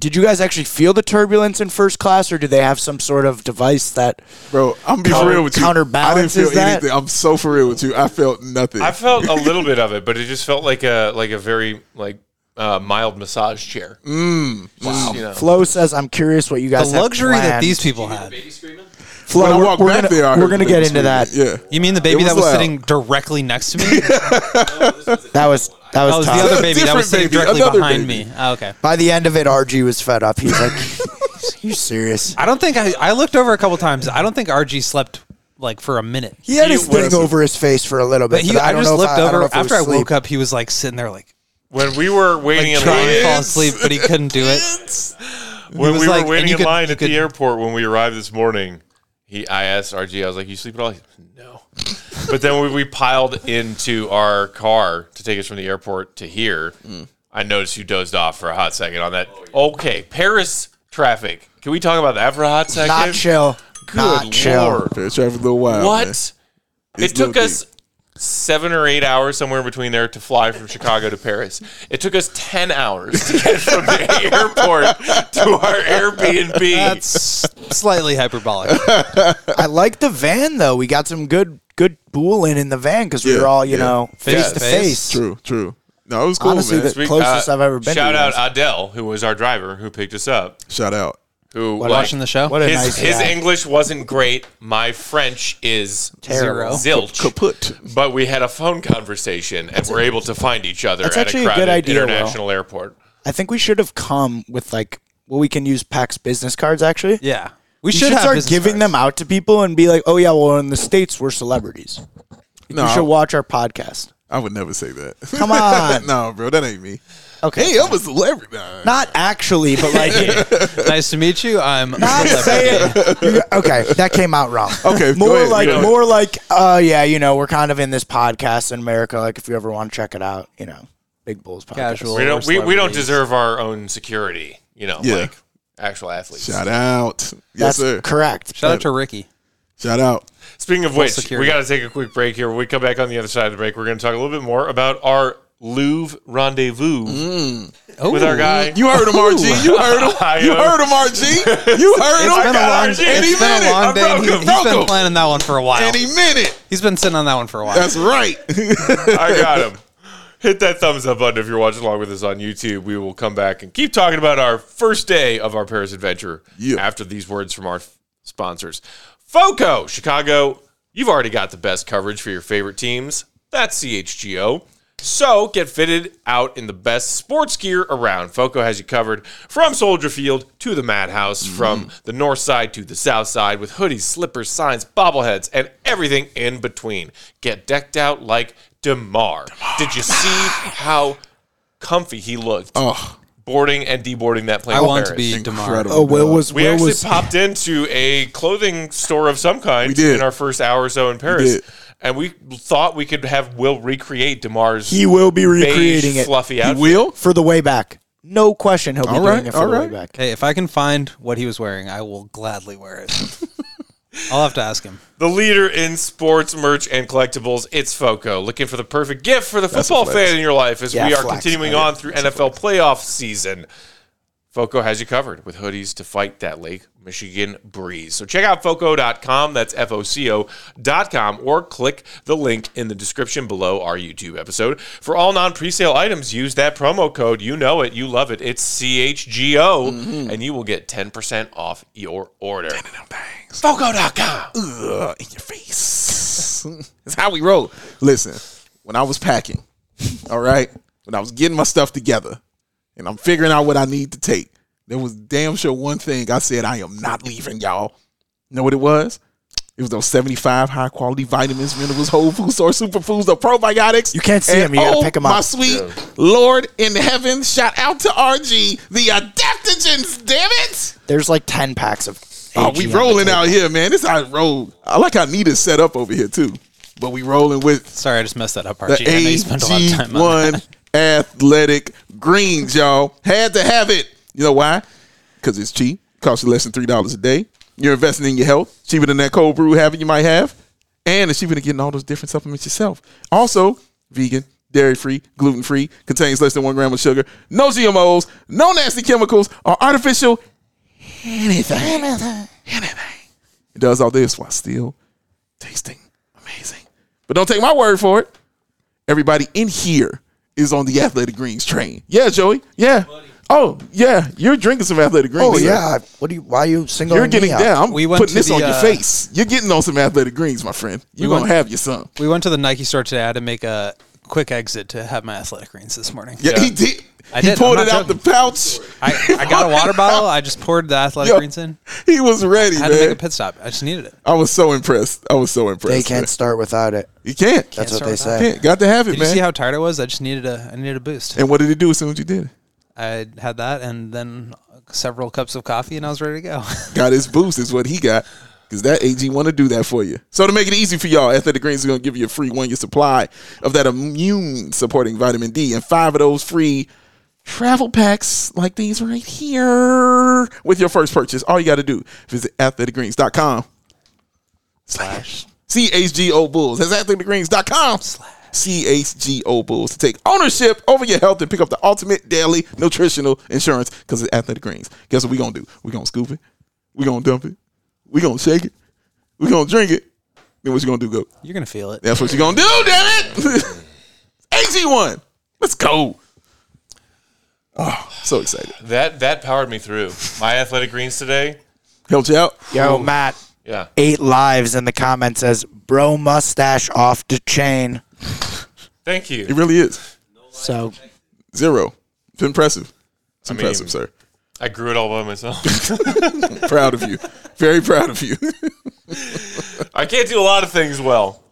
[SPEAKER 4] Did you guys actually feel the turbulence in first class, or do they have some sort of device that?
[SPEAKER 2] Bro, I'm gonna be
[SPEAKER 4] Counter-
[SPEAKER 2] real with you. I didn't
[SPEAKER 4] counterbalances
[SPEAKER 2] feel
[SPEAKER 4] that?
[SPEAKER 2] anything. I'm so for real with you. I felt nothing.
[SPEAKER 1] I felt a little bit of it, but it just felt like a like a very like uh, mild massage chair. Mm. wow. You know.
[SPEAKER 4] Flo says, "I'm curious what you
[SPEAKER 3] The
[SPEAKER 4] guys." have
[SPEAKER 3] luxury that
[SPEAKER 4] planned."
[SPEAKER 3] these people had.
[SPEAKER 5] Baby screaming?
[SPEAKER 4] Flo,
[SPEAKER 2] When I
[SPEAKER 4] we're,
[SPEAKER 2] walked
[SPEAKER 4] we're
[SPEAKER 2] back
[SPEAKER 4] gonna,
[SPEAKER 2] there, I heard
[SPEAKER 4] we're gonna
[SPEAKER 2] women
[SPEAKER 4] get into that.
[SPEAKER 2] screaming. Yeah.
[SPEAKER 3] You mean the baby
[SPEAKER 2] was
[SPEAKER 3] that was
[SPEAKER 2] loud.
[SPEAKER 3] sitting directly next to me?
[SPEAKER 4] That was that was,
[SPEAKER 3] That was the
[SPEAKER 4] tough.
[SPEAKER 3] other baby that was
[SPEAKER 2] Different
[SPEAKER 3] sitting
[SPEAKER 2] baby,
[SPEAKER 3] directly
[SPEAKER 2] another
[SPEAKER 3] behind
[SPEAKER 2] baby.
[SPEAKER 3] me. Oh, okay.
[SPEAKER 4] By the end of it, RG was fed up. He's like, "You serious?"
[SPEAKER 3] I don't think I. I looked over a couple times. I don't think RG slept like for a minute.
[SPEAKER 4] He had
[SPEAKER 1] He
[SPEAKER 4] his thing
[SPEAKER 2] was-
[SPEAKER 4] over his face for a little bit.
[SPEAKER 3] But
[SPEAKER 4] But
[SPEAKER 3] he,
[SPEAKER 4] I,
[SPEAKER 3] I,
[SPEAKER 4] don't
[SPEAKER 3] just
[SPEAKER 4] know if
[SPEAKER 3] looked
[SPEAKER 4] I, I don't
[SPEAKER 3] over
[SPEAKER 4] know if it
[SPEAKER 3] after I
[SPEAKER 4] was
[SPEAKER 3] woke
[SPEAKER 4] sleep.
[SPEAKER 3] up. He was like sitting there, like
[SPEAKER 1] When we were waiting in
[SPEAKER 3] trying to
[SPEAKER 1] line,
[SPEAKER 3] fall asleep, but he couldn't do it.
[SPEAKER 1] when
[SPEAKER 3] was
[SPEAKER 1] we
[SPEAKER 3] like-
[SPEAKER 1] were
[SPEAKER 3] and
[SPEAKER 1] waiting
[SPEAKER 3] you
[SPEAKER 1] in
[SPEAKER 3] could-
[SPEAKER 1] line
[SPEAKER 3] you
[SPEAKER 1] at
[SPEAKER 3] could-
[SPEAKER 1] the airport when we arrived this morning, he I asked RG, I was like, "You sleep at all?" He said, no. but then when we piled into our car to take us from the airport to here, I noticed you dozed off for a hot second on that. Okay, Paris traffic. Can we talk about that for a hot second?
[SPEAKER 4] Not chill.
[SPEAKER 1] Good
[SPEAKER 4] Not chill.
[SPEAKER 1] lord.
[SPEAKER 2] Fair traffic a little wild. man.
[SPEAKER 1] What?
[SPEAKER 2] It's
[SPEAKER 1] it took
[SPEAKER 2] low-key.
[SPEAKER 1] us seven or eight hours somewhere in between there to fly from Chicago to Paris. It took us ten hours to get from the airport to our Airbnb.
[SPEAKER 3] That's slightly hyperbolic.
[SPEAKER 4] I like the van though. We got some good good booling in the van because we
[SPEAKER 2] Yeah,
[SPEAKER 4] were all you
[SPEAKER 2] yeah.
[SPEAKER 4] know face
[SPEAKER 1] Yeah,
[SPEAKER 4] to
[SPEAKER 3] face.
[SPEAKER 4] face.
[SPEAKER 2] True, true. No, it was cool,
[SPEAKER 4] Honestly,
[SPEAKER 2] man.
[SPEAKER 4] the- closest I've ever been to
[SPEAKER 1] uh, Shout
[SPEAKER 4] you
[SPEAKER 1] out
[SPEAKER 4] guys.
[SPEAKER 1] Adele, who was our driver, who picked us up.
[SPEAKER 2] Shout out.
[SPEAKER 1] Who like,
[SPEAKER 3] Watching the show?
[SPEAKER 4] What a
[SPEAKER 1] His,
[SPEAKER 4] nice
[SPEAKER 1] his
[SPEAKER 4] guy.
[SPEAKER 1] English wasn't great. My French is
[SPEAKER 4] Terrible.
[SPEAKER 1] zero. zilch.
[SPEAKER 2] Kaput.
[SPEAKER 1] But we had a phone conversation and we're able to find each other
[SPEAKER 4] that's
[SPEAKER 1] at a
[SPEAKER 4] actually a
[SPEAKER 1] crowded
[SPEAKER 4] good idea, Will.
[SPEAKER 1] international airport.
[SPEAKER 4] I think we should have come with like well, we can use PAX business cards actually.
[SPEAKER 3] Yeah. We
[SPEAKER 4] We should,
[SPEAKER 3] have
[SPEAKER 4] start
[SPEAKER 3] business
[SPEAKER 4] giving
[SPEAKER 3] cards.
[SPEAKER 4] them out to people and be like, oh yeah, well in the states we're celebrities.
[SPEAKER 2] No,
[SPEAKER 4] You should
[SPEAKER 2] I,
[SPEAKER 4] watch our podcast.
[SPEAKER 2] I would never say that.
[SPEAKER 4] Come on.
[SPEAKER 2] no, bro, that ain't me.
[SPEAKER 4] Okay.
[SPEAKER 2] Hey, I'm a celebrity. Nah.
[SPEAKER 4] Not actually, but like
[SPEAKER 3] Nice to meet you. I'm
[SPEAKER 4] not saying. You- okay, that came out wrong.
[SPEAKER 2] Okay, go
[SPEAKER 4] more
[SPEAKER 2] ahead,
[SPEAKER 4] like
[SPEAKER 2] go ahead.
[SPEAKER 4] more like. Oh yeah, you know we're kind of in this podcast in America. Like if you ever want to check it out, you know, Big Bulls podcast.
[SPEAKER 3] casual.
[SPEAKER 1] We don't we, we don't
[SPEAKER 3] celebrities.
[SPEAKER 1] deserve our own security, you know,
[SPEAKER 2] Yeah.
[SPEAKER 1] like actual athletes.
[SPEAKER 2] Shout out. Yes,
[SPEAKER 4] That's
[SPEAKER 2] sir.
[SPEAKER 4] correct.
[SPEAKER 3] Shout out to Ricky.
[SPEAKER 2] Shout out.
[SPEAKER 1] Speaking of which,
[SPEAKER 3] security.
[SPEAKER 1] we got to take a quick break here. When we come back on the other side of the break, we're going to talk a little bit more about our Louvre rendezvous with our guy.
[SPEAKER 2] You heard him, RG. You heard him.
[SPEAKER 1] I
[SPEAKER 2] You
[SPEAKER 1] am-
[SPEAKER 2] heard him, RG. You heard him.
[SPEAKER 3] It's been a long,
[SPEAKER 1] RG, any
[SPEAKER 3] it's been a
[SPEAKER 2] minute.
[SPEAKER 3] long
[SPEAKER 2] I'm
[SPEAKER 3] day. and He,
[SPEAKER 2] broken,
[SPEAKER 3] has been
[SPEAKER 2] broken.
[SPEAKER 3] planning that one for a while.
[SPEAKER 2] Any minute.
[SPEAKER 3] He's been sitting on that one for a while.
[SPEAKER 2] That's right.
[SPEAKER 1] I got him. Hit that thumbs up button if you're watching along with us on YouTube. We will come back and keep talking about our first day of our Paris adventure
[SPEAKER 2] Yeah.
[SPEAKER 1] after these words from our f- sponsors. FOCO, Chicago, you've already got the best coverage for your favorite teams. That's CHGO. So get fitted out in the best sports gear around. FOCO has you covered from Soldier Field to the Madhouse,
[SPEAKER 3] Mm-hmm.
[SPEAKER 1] from the north side to the south side, with hoodies, slippers, signs, bobbleheads, and everything in between. Get decked out like DeMar. Did you see how comfy he looked
[SPEAKER 2] oh,
[SPEAKER 1] boarding and deboarding that plane?
[SPEAKER 3] I
[SPEAKER 1] to
[SPEAKER 3] want to
[SPEAKER 1] Paris?
[SPEAKER 3] be Demar.
[SPEAKER 2] incredible.
[SPEAKER 4] Oh, Will
[SPEAKER 2] dog.
[SPEAKER 4] was
[SPEAKER 1] We
[SPEAKER 4] Will
[SPEAKER 1] actually
[SPEAKER 4] was
[SPEAKER 1] popped into a clothing store of some kind
[SPEAKER 2] We did.
[SPEAKER 1] in our first hour or so in Paris,
[SPEAKER 2] did.
[SPEAKER 1] and we thought we could have Will recreate Demar's
[SPEAKER 4] he will be
[SPEAKER 1] beige,
[SPEAKER 4] recreating it
[SPEAKER 1] fluffy
[SPEAKER 2] He
[SPEAKER 1] outfit.
[SPEAKER 2] will?
[SPEAKER 4] for the way back. No question, he'll be
[SPEAKER 2] All
[SPEAKER 4] doing
[SPEAKER 2] right,
[SPEAKER 4] it for
[SPEAKER 2] all
[SPEAKER 4] the way
[SPEAKER 2] right.
[SPEAKER 4] back.
[SPEAKER 3] Hey, if I can find what he was wearing, I will gladly wear it. I'll have to ask him.
[SPEAKER 1] The leader in sports merch and collectibles, it's FOCO. Looking for the perfect gift for the football
[SPEAKER 2] flex.
[SPEAKER 1] fan in your life as
[SPEAKER 4] Yeah,
[SPEAKER 1] we are
[SPEAKER 4] flex,
[SPEAKER 1] continuing
[SPEAKER 4] man.
[SPEAKER 1] on through NFL playoff season. FOCO has you covered with hoodies to fight that Lake Michigan breeze. So check out FOCO.com, that's F O C O.com, or click the link in the description below our YouTube episode. For all non presale items, use that promo code. You know it, you love it. It's CHGO,
[SPEAKER 4] Mm-hmm.
[SPEAKER 1] and you will get 10% off your order. FOCO.com.
[SPEAKER 2] Ugh, in your face. That's how we roll. Listen, when I was packing, all right, when I was getting my stuff together, and I'm figuring out what I need to take, there was damn sure one thing I said I am not leaving, y'all. You know what it was? It was those 75 high quality vitamins, minerals, whole food source, superfoods, the probiotics.
[SPEAKER 4] You can't see
[SPEAKER 2] And oh,
[SPEAKER 4] them, you gotta pick 'em up.
[SPEAKER 2] My sweet Lord in heaven, shout out to RG, the adaptogens, damn it.
[SPEAKER 4] There's like ten packs of. E
[SPEAKER 2] Oh,
[SPEAKER 4] AG
[SPEAKER 2] we
[SPEAKER 4] on the
[SPEAKER 2] rolling
[SPEAKER 4] table.
[SPEAKER 2] out here, man. This how I roll. I like how Nita's set up over here too. But we rolling with
[SPEAKER 3] Sorry, I just messed that up,
[SPEAKER 2] the
[SPEAKER 3] Archie. I know you spent a lot of time on
[SPEAKER 2] AG1 Athletic Greens, y'all. Had to have it. You know why? Because it's cheap. Costs you less than three dollars a day. You're investing in your health. Cheaper than that cold brew habit you might have, and it's cheaper than getting all those different supplements yourself. Also, vegan, dairy free, gluten free. Contains less than one gram of sugar. No GMOs. No nasty chemicals or artificial It does all this while still tasting amazing. But don't take my word for it. Everybody in here is on the athletic greens train. Yeah, Joey. Yeah. Oh, yeah. You're drinking some athletic greens.
[SPEAKER 4] Oh
[SPEAKER 2] sir.
[SPEAKER 4] yeah, what do you? Why are you single?
[SPEAKER 2] You're getting
[SPEAKER 4] me out?
[SPEAKER 2] down. I'm
[SPEAKER 3] We went
[SPEAKER 2] putting
[SPEAKER 3] to
[SPEAKER 2] this
[SPEAKER 3] the,
[SPEAKER 2] on your
[SPEAKER 3] uh,
[SPEAKER 2] face. You're getting on some athletic greens, my friend. You're going to
[SPEAKER 3] went-
[SPEAKER 2] have your son.
[SPEAKER 3] that. We went to the Nike store today. I had to make a quick exit to have my athletic greens this morning.
[SPEAKER 2] Yeah, he did.
[SPEAKER 3] uh, I
[SPEAKER 2] he
[SPEAKER 3] did. I'm
[SPEAKER 2] pulled
[SPEAKER 3] not
[SPEAKER 2] it out
[SPEAKER 3] joking.
[SPEAKER 2] the pouch.
[SPEAKER 3] I, I got a water bottle. I just poured the athletic
[SPEAKER 2] Yo,
[SPEAKER 3] greens in.
[SPEAKER 2] he was ready,
[SPEAKER 3] I had to make a
[SPEAKER 2] man.
[SPEAKER 3] pit stop. I just needed it.
[SPEAKER 2] I was so impressed. I was so impressed.
[SPEAKER 4] They can't
[SPEAKER 2] man.
[SPEAKER 4] start without it.
[SPEAKER 2] You can't.
[SPEAKER 4] That's
[SPEAKER 3] Can't
[SPEAKER 4] what they
[SPEAKER 3] start
[SPEAKER 4] say.
[SPEAKER 2] can't. Got to have it,
[SPEAKER 3] Did
[SPEAKER 2] man.
[SPEAKER 3] you see how tired I was? I just needed a I needed a boost.
[SPEAKER 2] and what did he do as soon as you did it?
[SPEAKER 3] I had that and then several cups of coffee and I was ready to go.
[SPEAKER 2] got his boost is what he got because that AG want to do that for you. So to make it easy for y'all, Athletic Greens is going to give you a free one year supply of that immune supporting vitamin D and five of those free travel packs like these right here with your first purchase. All you got to do visit athleticgreens.com slash CHGO Bulls. That's athleticgreens.com slash CHGO Bulls to take ownership over your health and pick up the ultimate daily nutritional insurance because it's Athletic Greens. Guess what we going to do? we going to scoop it. we going to dump it. we going to shake it. we going to drink it. Then what you going to do, Go?
[SPEAKER 3] You're gonna feel it.
[SPEAKER 2] That's what you going to do, damn it. AG1. Let's go. Oh, so excited.
[SPEAKER 1] That that powered me through my athletic greens today.
[SPEAKER 2] Helped you out?
[SPEAKER 4] Yo, Matt,
[SPEAKER 1] Yeah,
[SPEAKER 4] eight lives in the comments says, bro, mustache off the chain.
[SPEAKER 1] thank you.
[SPEAKER 2] It really is.
[SPEAKER 4] So
[SPEAKER 2] Zero. It's impressive. It's
[SPEAKER 1] mean-
[SPEAKER 2] impressive, sir.
[SPEAKER 1] I grew it all by myself.
[SPEAKER 2] Proud of you. Very proud of you.
[SPEAKER 1] I can't do a lot of things well.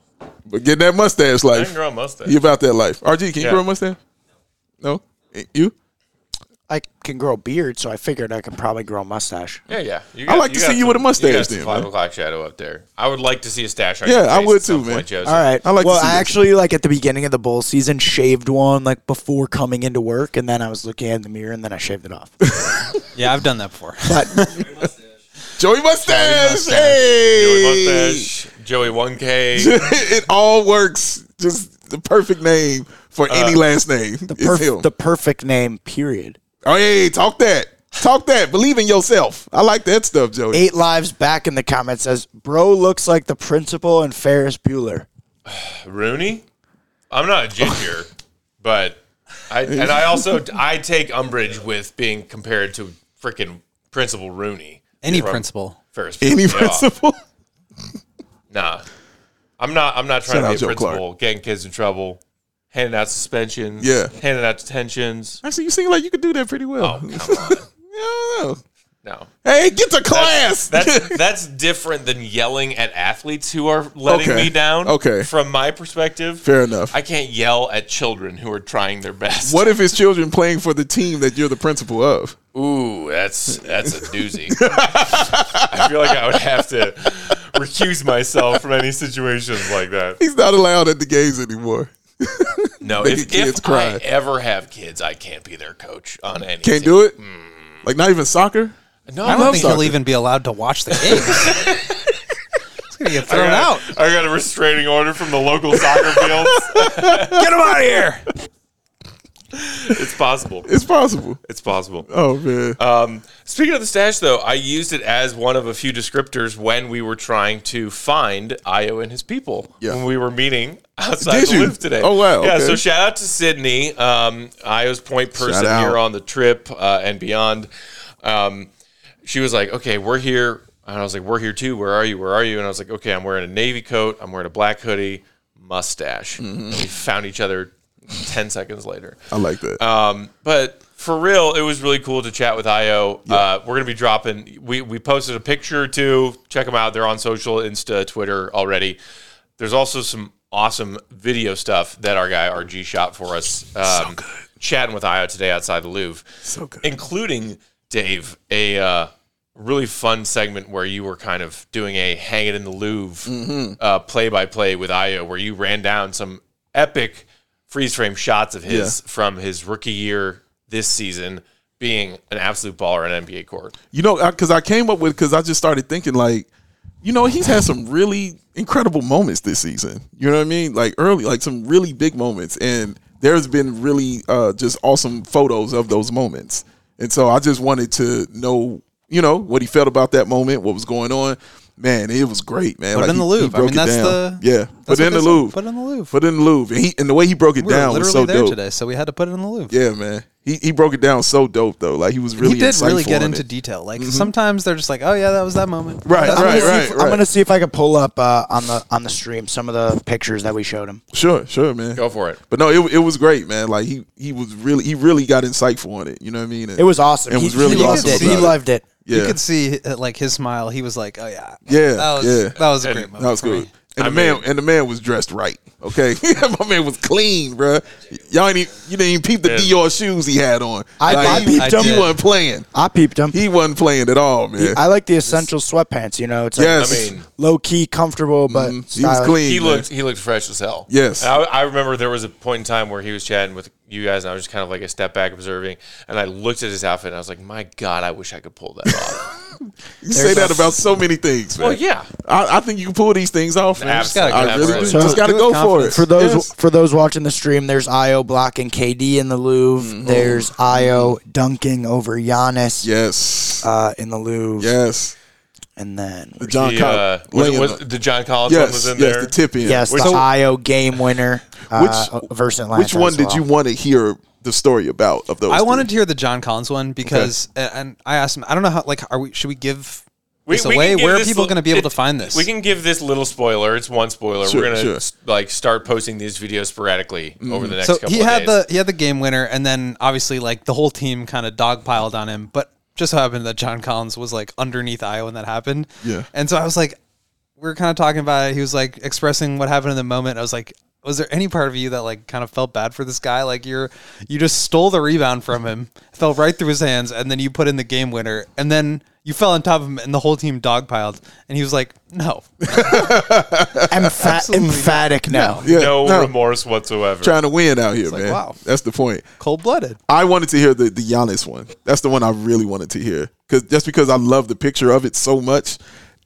[SPEAKER 2] but get that mustache
[SPEAKER 1] I can
[SPEAKER 2] life.
[SPEAKER 1] grow a mustache.
[SPEAKER 2] You about that life. RG, can you
[SPEAKER 1] Yeah.
[SPEAKER 2] grow a mustache? No? Eh, You?
[SPEAKER 4] I can grow a beard, so I figured I can probably grow a mustache.
[SPEAKER 1] Yeah, yeah. You
[SPEAKER 2] like to
[SPEAKER 1] got
[SPEAKER 2] see you with a
[SPEAKER 1] some-
[SPEAKER 2] mustache
[SPEAKER 1] got some
[SPEAKER 2] then,
[SPEAKER 1] Five
[SPEAKER 2] man.
[SPEAKER 1] o'clock shadow up there. I would like to see a stash on
[SPEAKER 2] Yeah,
[SPEAKER 1] your
[SPEAKER 2] I
[SPEAKER 1] face
[SPEAKER 2] would
[SPEAKER 1] at some
[SPEAKER 2] too, man.
[SPEAKER 1] point, Joseph.
[SPEAKER 4] All right.
[SPEAKER 2] I like to
[SPEAKER 4] Well,
[SPEAKER 2] see
[SPEAKER 4] I
[SPEAKER 2] that.
[SPEAKER 4] actually like at the beginning of the bowl season shaved one like before coming into work, and then I was looking in the mirror, and then I shaved it off.
[SPEAKER 3] Yeah, I've done that before.
[SPEAKER 4] But
[SPEAKER 2] Joey mustache.
[SPEAKER 3] Mustache.
[SPEAKER 1] Joey
[SPEAKER 2] Hey.
[SPEAKER 1] mustache. Joey one K.
[SPEAKER 2] it all works. Just the perfect name
[SPEAKER 1] Uh,
[SPEAKER 2] for any last name. The
[SPEAKER 4] perf-
[SPEAKER 2] it's him.
[SPEAKER 4] the perfect name, period.
[SPEAKER 2] oh, hey, talk that. Talk that. Believe in yourself. I like that stuff, Joey.
[SPEAKER 4] Eight lives back in the comments says, "Bro looks like the principal and Ferris Bueller."
[SPEAKER 1] Rooney. I'm not a ginger, but I and I also I take umbrage with being compared to freaking Principal Rooney.
[SPEAKER 3] Any
[SPEAKER 1] from
[SPEAKER 3] principal.
[SPEAKER 1] Ferris.
[SPEAKER 2] Any
[SPEAKER 1] Yeah.
[SPEAKER 2] principle.
[SPEAKER 1] Nah. I'm not I'm not trying
[SPEAKER 2] Shout out
[SPEAKER 1] to be
[SPEAKER 2] Joe
[SPEAKER 1] a
[SPEAKER 2] Clark.
[SPEAKER 1] principal, getting kids in trouble, handing out suspensions,
[SPEAKER 2] Yeah.
[SPEAKER 1] handing out detentions.
[SPEAKER 2] Actually, you seem like you could do that pretty
[SPEAKER 1] Oh,
[SPEAKER 2] well.
[SPEAKER 1] come on.
[SPEAKER 2] I don't know.
[SPEAKER 1] No.
[SPEAKER 2] Hey, get to class.
[SPEAKER 1] That's that's different than yelling at athletes who are letting
[SPEAKER 2] Okay.
[SPEAKER 1] me down.
[SPEAKER 2] Okay.
[SPEAKER 1] From my perspective.
[SPEAKER 2] Fair enough.
[SPEAKER 1] I can't yell at children who are trying their best.
[SPEAKER 2] what if it's children playing for the team that you're the principal of?
[SPEAKER 1] Ooh, that's that's a doozy. I feel like I would have to recuse myself from any situations like that.
[SPEAKER 2] He's not allowed at the games anymore.
[SPEAKER 1] No,
[SPEAKER 2] Make
[SPEAKER 1] if,
[SPEAKER 2] the kids
[SPEAKER 1] if
[SPEAKER 2] cry.
[SPEAKER 1] I ever have kids, I can't be their coach on any.
[SPEAKER 2] Can't do it. Like not even soccer.
[SPEAKER 1] No,
[SPEAKER 3] I don't
[SPEAKER 2] love
[SPEAKER 3] think
[SPEAKER 2] soccer.
[SPEAKER 3] he'll even be allowed to watch the games. He's gonna get thrown out.
[SPEAKER 1] I got a restraining order from the local soccer fields.
[SPEAKER 3] Get him out of here.
[SPEAKER 1] it's possible.
[SPEAKER 2] It's possible.
[SPEAKER 1] It's possible.
[SPEAKER 2] Oh man.
[SPEAKER 1] Um, speaking of the stash, though, I used it as one of a few descriptors when we were trying to find Io and his people
[SPEAKER 2] Yeah.
[SPEAKER 1] when we were meeting outside
[SPEAKER 2] Did
[SPEAKER 1] the
[SPEAKER 2] you?
[SPEAKER 1] lift today.
[SPEAKER 2] Oh, wow,
[SPEAKER 1] Yeah.
[SPEAKER 2] okay.
[SPEAKER 1] So shout out to Sydney, um, Io's point person
[SPEAKER 2] out.
[SPEAKER 1] here on the trip uh, and beyond. Um, she was like, "Okay, we're here," and I was like, "We're here too. Where are you? Where are you?" And I was like, "Okay, I'm wearing a navy coat. I'm wearing a black hoodie, mustache."
[SPEAKER 2] Mm-hmm.
[SPEAKER 1] And we found each other ten seconds later.
[SPEAKER 2] I like that.
[SPEAKER 1] Um, but for real, it was really cool to chat with Io. Uh, we're gonna be dropping. We we posted a picture or two. Check them out. They're on social, Insta, Twitter already. There's also some awesome video stuff that our guy RG shot for us. Um, Chatting with Io today outside the Louvre,
[SPEAKER 2] so good.
[SPEAKER 1] including Dave a. Uh, Really fun segment where you were kind of doing a hang it in the Louvre uh, play by play with Io, where you ran down some epic freeze frame shots of his from his rookie year this season being an absolute baller in NBA court.
[SPEAKER 2] You know, because I came up with because I just started thinking like, you know, he's had some really incredible moments this season. You know what I mean? Like early, like some really big moments, and there's been really uh, just awesome photos of those moments. And so I just wanted to know, you know, what he felt about that moment, what was going on. Man, it was great, man.
[SPEAKER 3] Put it in
[SPEAKER 2] he-
[SPEAKER 3] the
[SPEAKER 2] he
[SPEAKER 3] Louvre. I
[SPEAKER 2] broke
[SPEAKER 3] mean,
[SPEAKER 2] it
[SPEAKER 3] that's
[SPEAKER 2] down.
[SPEAKER 3] the-
[SPEAKER 2] yeah. Put
[SPEAKER 3] that's
[SPEAKER 2] it in
[SPEAKER 3] what
[SPEAKER 2] the
[SPEAKER 3] they said.
[SPEAKER 2] Louvre.
[SPEAKER 3] Put it in the Louvre.
[SPEAKER 2] Put it in the Louvre. And he and the way he broke it
[SPEAKER 3] We were
[SPEAKER 2] down
[SPEAKER 3] literally
[SPEAKER 2] was so
[SPEAKER 3] there
[SPEAKER 2] dope.
[SPEAKER 3] today, so we had to put it in the Louvre.
[SPEAKER 2] Yeah, man. He he broke it down so dope though. Like he was really
[SPEAKER 3] he did really
[SPEAKER 2] insightful
[SPEAKER 3] get
[SPEAKER 2] on
[SPEAKER 3] into
[SPEAKER 2] it. Mm-hmm.
[SPEAKER 3] detail. Like sometimes they're just like, "Oh yeah, that was that moment."
[SPEAKER 2] Right, right,
[SPEAKER 3] That-
[SPEAKER 4] I'm gonna see
[SPEAKER 2] right,
[SPEAKER 4] if-
[SPEAKER 2] right.
[SPEAKER 4] I'm gonna see if I can pull up uh, on the on the stream some of the pictures that we showed him.
[SPEAKER 2] Sure, sure, man.
[SPEAKER 1] Go for it.
[SPEAKER 2] But no, it, it was great, man. Like he he was really he really got insightful on it. You know what I mean? And-
[SPEAKER 4] It was awesome.
[SPEAKER 2] It
[SPEAKER 4] He-
[SPEAKER 2] was really
[SPEAKER 4] he loved
[SPEAKER 2] awesome.
[SPEAKER 4] it. He
[SPEAKER 2] about it.
[SPEAKER 4] loved it.
[SPEAKER 2] yeah,
[SPEAKER 3] You could see uh, like his smile. He was like, "Oh yeah,
[SPEAKER 2] Yeah,
[SPEAKER 3] that was
[SPEAKER 2] yeah.
[SPEAKER 3] that was a
[SPEAKER 1] And-
[SPEAKER 3] great moment."
[SPEAKER 2] that was
[SPEAKER 3] for
[SPEAKER 2] good.
[SPEAKER 3] me.
[SPEAKER 2] And
[SPEAKER 1] I
[SPEAKER 2] the man
[SPEAKER 1] mean-
[SPEAKER 2] and the man was dressed right. Okay, my man was clean, bruh. Y'all ain't even, you didn't even peep the
[SPEAKER 1] Yeah.
[SPEAKER 2] Dior shoes he had on.
[SPEAKER 4] I- I
[SPEAKER 2] he,
[SPEAKER 4] peeped
[SPEAKER 2] he
[SPEAKER 3] them.
[SPEAKER 2] wasn't playing.
[SPEAKER 4] I peeped him.
[SPEAKER 2] He wasn't playing at all, man.
[SPEAKER 4] I like the essential sweatpants. You know, it's like
[SPEAKER 2] yes, Mm-hmm.
[SPEAKER 1] I mean,
[SPEAKER 4] low key, comfortable, but
[SPEAKER 2] Mm, he was
[SPEAKER 4] stylish.
[SPEAKER 2] clean.
[SPEAKER 1] He
[SPEAKER 2] man.
[SPEAKER 1] looked he looked fresh as hell.
[SPEAKER 2] Yes.
[SPEAKER 1] And I, I remember there was a point in time where he was chatting with you guys, and I was just kind of like a step back observing. And I looked at his outfit, and I was like, my God, I wish I could pull that off.
[SPEAKER 2] You say that about so many things, man.
[SPEAKER 1] well, yeah.
[SPEAKER 2] I, I think you can pull these things off, man.
[SPEAKER 1] Abs- gotta
[SPEAKER 2] I really do.
[SPEAKER 1] absolutely.
[SPEAKER 2] just got to
[SPEAKER 3] Do it with
[SPEAKER 2] go for it.
[SPEAKER 3] confidence.
[SPEAKER 4] For those
[SPEAKER 2] Yes.
[SPEAKER 4] for those watching the stream, there's Io blocking KD in the Louvre.
[SPEAKER 2] Mm-hmm.
[SPEAKER 4] There's Io dunking over Giannis
[SPEAKER 2] Yes.
[SPEAKER 4] uh, in the Louvre,
[SPEAKER 2] yes.
[SPEAKER 4] and then
[SPEAKER 2] The John
[SPEAKER 1] The, uh,
[SPEAKER 2] Cobb.
[SPEAKER 1] was,
[SPEAKER 2] laying
[SPEAKER 1] was-
[SPEAKER 2] the-
[SPEAKER 1] the John Collins one
[SPEAKER 2] yes.
[SPEAKER 1] was in
[SPEAKER 2] yes.
[SPEAKER 1] there.
[SPEAKER 2] The tip in.
[SPEAKER 4] yes, the Io game winner uh, versus Atlanta.
[SPEAKER 2] Which one
[SPEAKER 4] as
[SPEAKER 2] did
[SPEAKER 4] well.
[SPEAKER 2] you want to hear the story about of those?
[SPEAKER 3] I
[SPEAKER 2] three?
[SPEAKER 3] wanted to hear the John Collins one because, and- and I asked him, I don't know how, like, are we, should we give this
[SPEAKER 1] can
[SPEAKER 3] away?
[SPEAKER 1] give
[SPEAKER 3] Where are
[SPEAKER 1] this
[SPEAKER 3] people
[SPEAKER 1] li-
[SPEAKER 3] going to be able
[SPEAKER 1] it-
[SPEAKER 3] to find this?
[SPEAKER 1] We can give this little spoiler. It's one spoiler.
[SPEAKER 2] Sure,
[SPEAKER 1] We're gonna
[SPEAKER 2] sure. Mm-hmm.
[SPEAKER 1] s- like start posting these videos sporadically over the next
[SPEAKER 3] so
[SPEAKER 1] couple
[SPEAKER 3] he
[SPEAKER 1] of
[SPEAKER 3] had
[SPEAKER 1] days.
[SPEAKER 3] the he had the game winner, and then obviously like the whole team kind of dogpiled on him. But just so happened that John Collins was like underneath Iowa when that happened.
[SPEAKER 2] Yeah.
[SPEAKER 3] and so I was like, we were kind of talking about it. He was like expressing what happened in the moment. I was like, was there any part of you that like kind of felt bad for this guy? Like you're you just stole the rebound from him, fell right through his hands, and then you put in the game winner, and then. You fell on top of him, and the whole team dogpiled. And he was like, "No,
[SPEAKER 4] Empha- emphatic no.
[SPEAKER 2] Yeah,
[SPEAKER 1] no,
[SPEAKER 2] no.
[SPEAKER 1] remorse whatsoever.
[SPEAKER 2] Trying to win out here,
[SPEAKER 3] like,
[SPEAKER 2] man.
[SPEAKER 3] wow.
[SPEAKER 2] That's the point.
[SPEAKER 3] cold blooded."
[SPEAKER 2] I wanted to hear the the Giannis one. That's the one I really wanted to hear because just because I love the picture of it so much,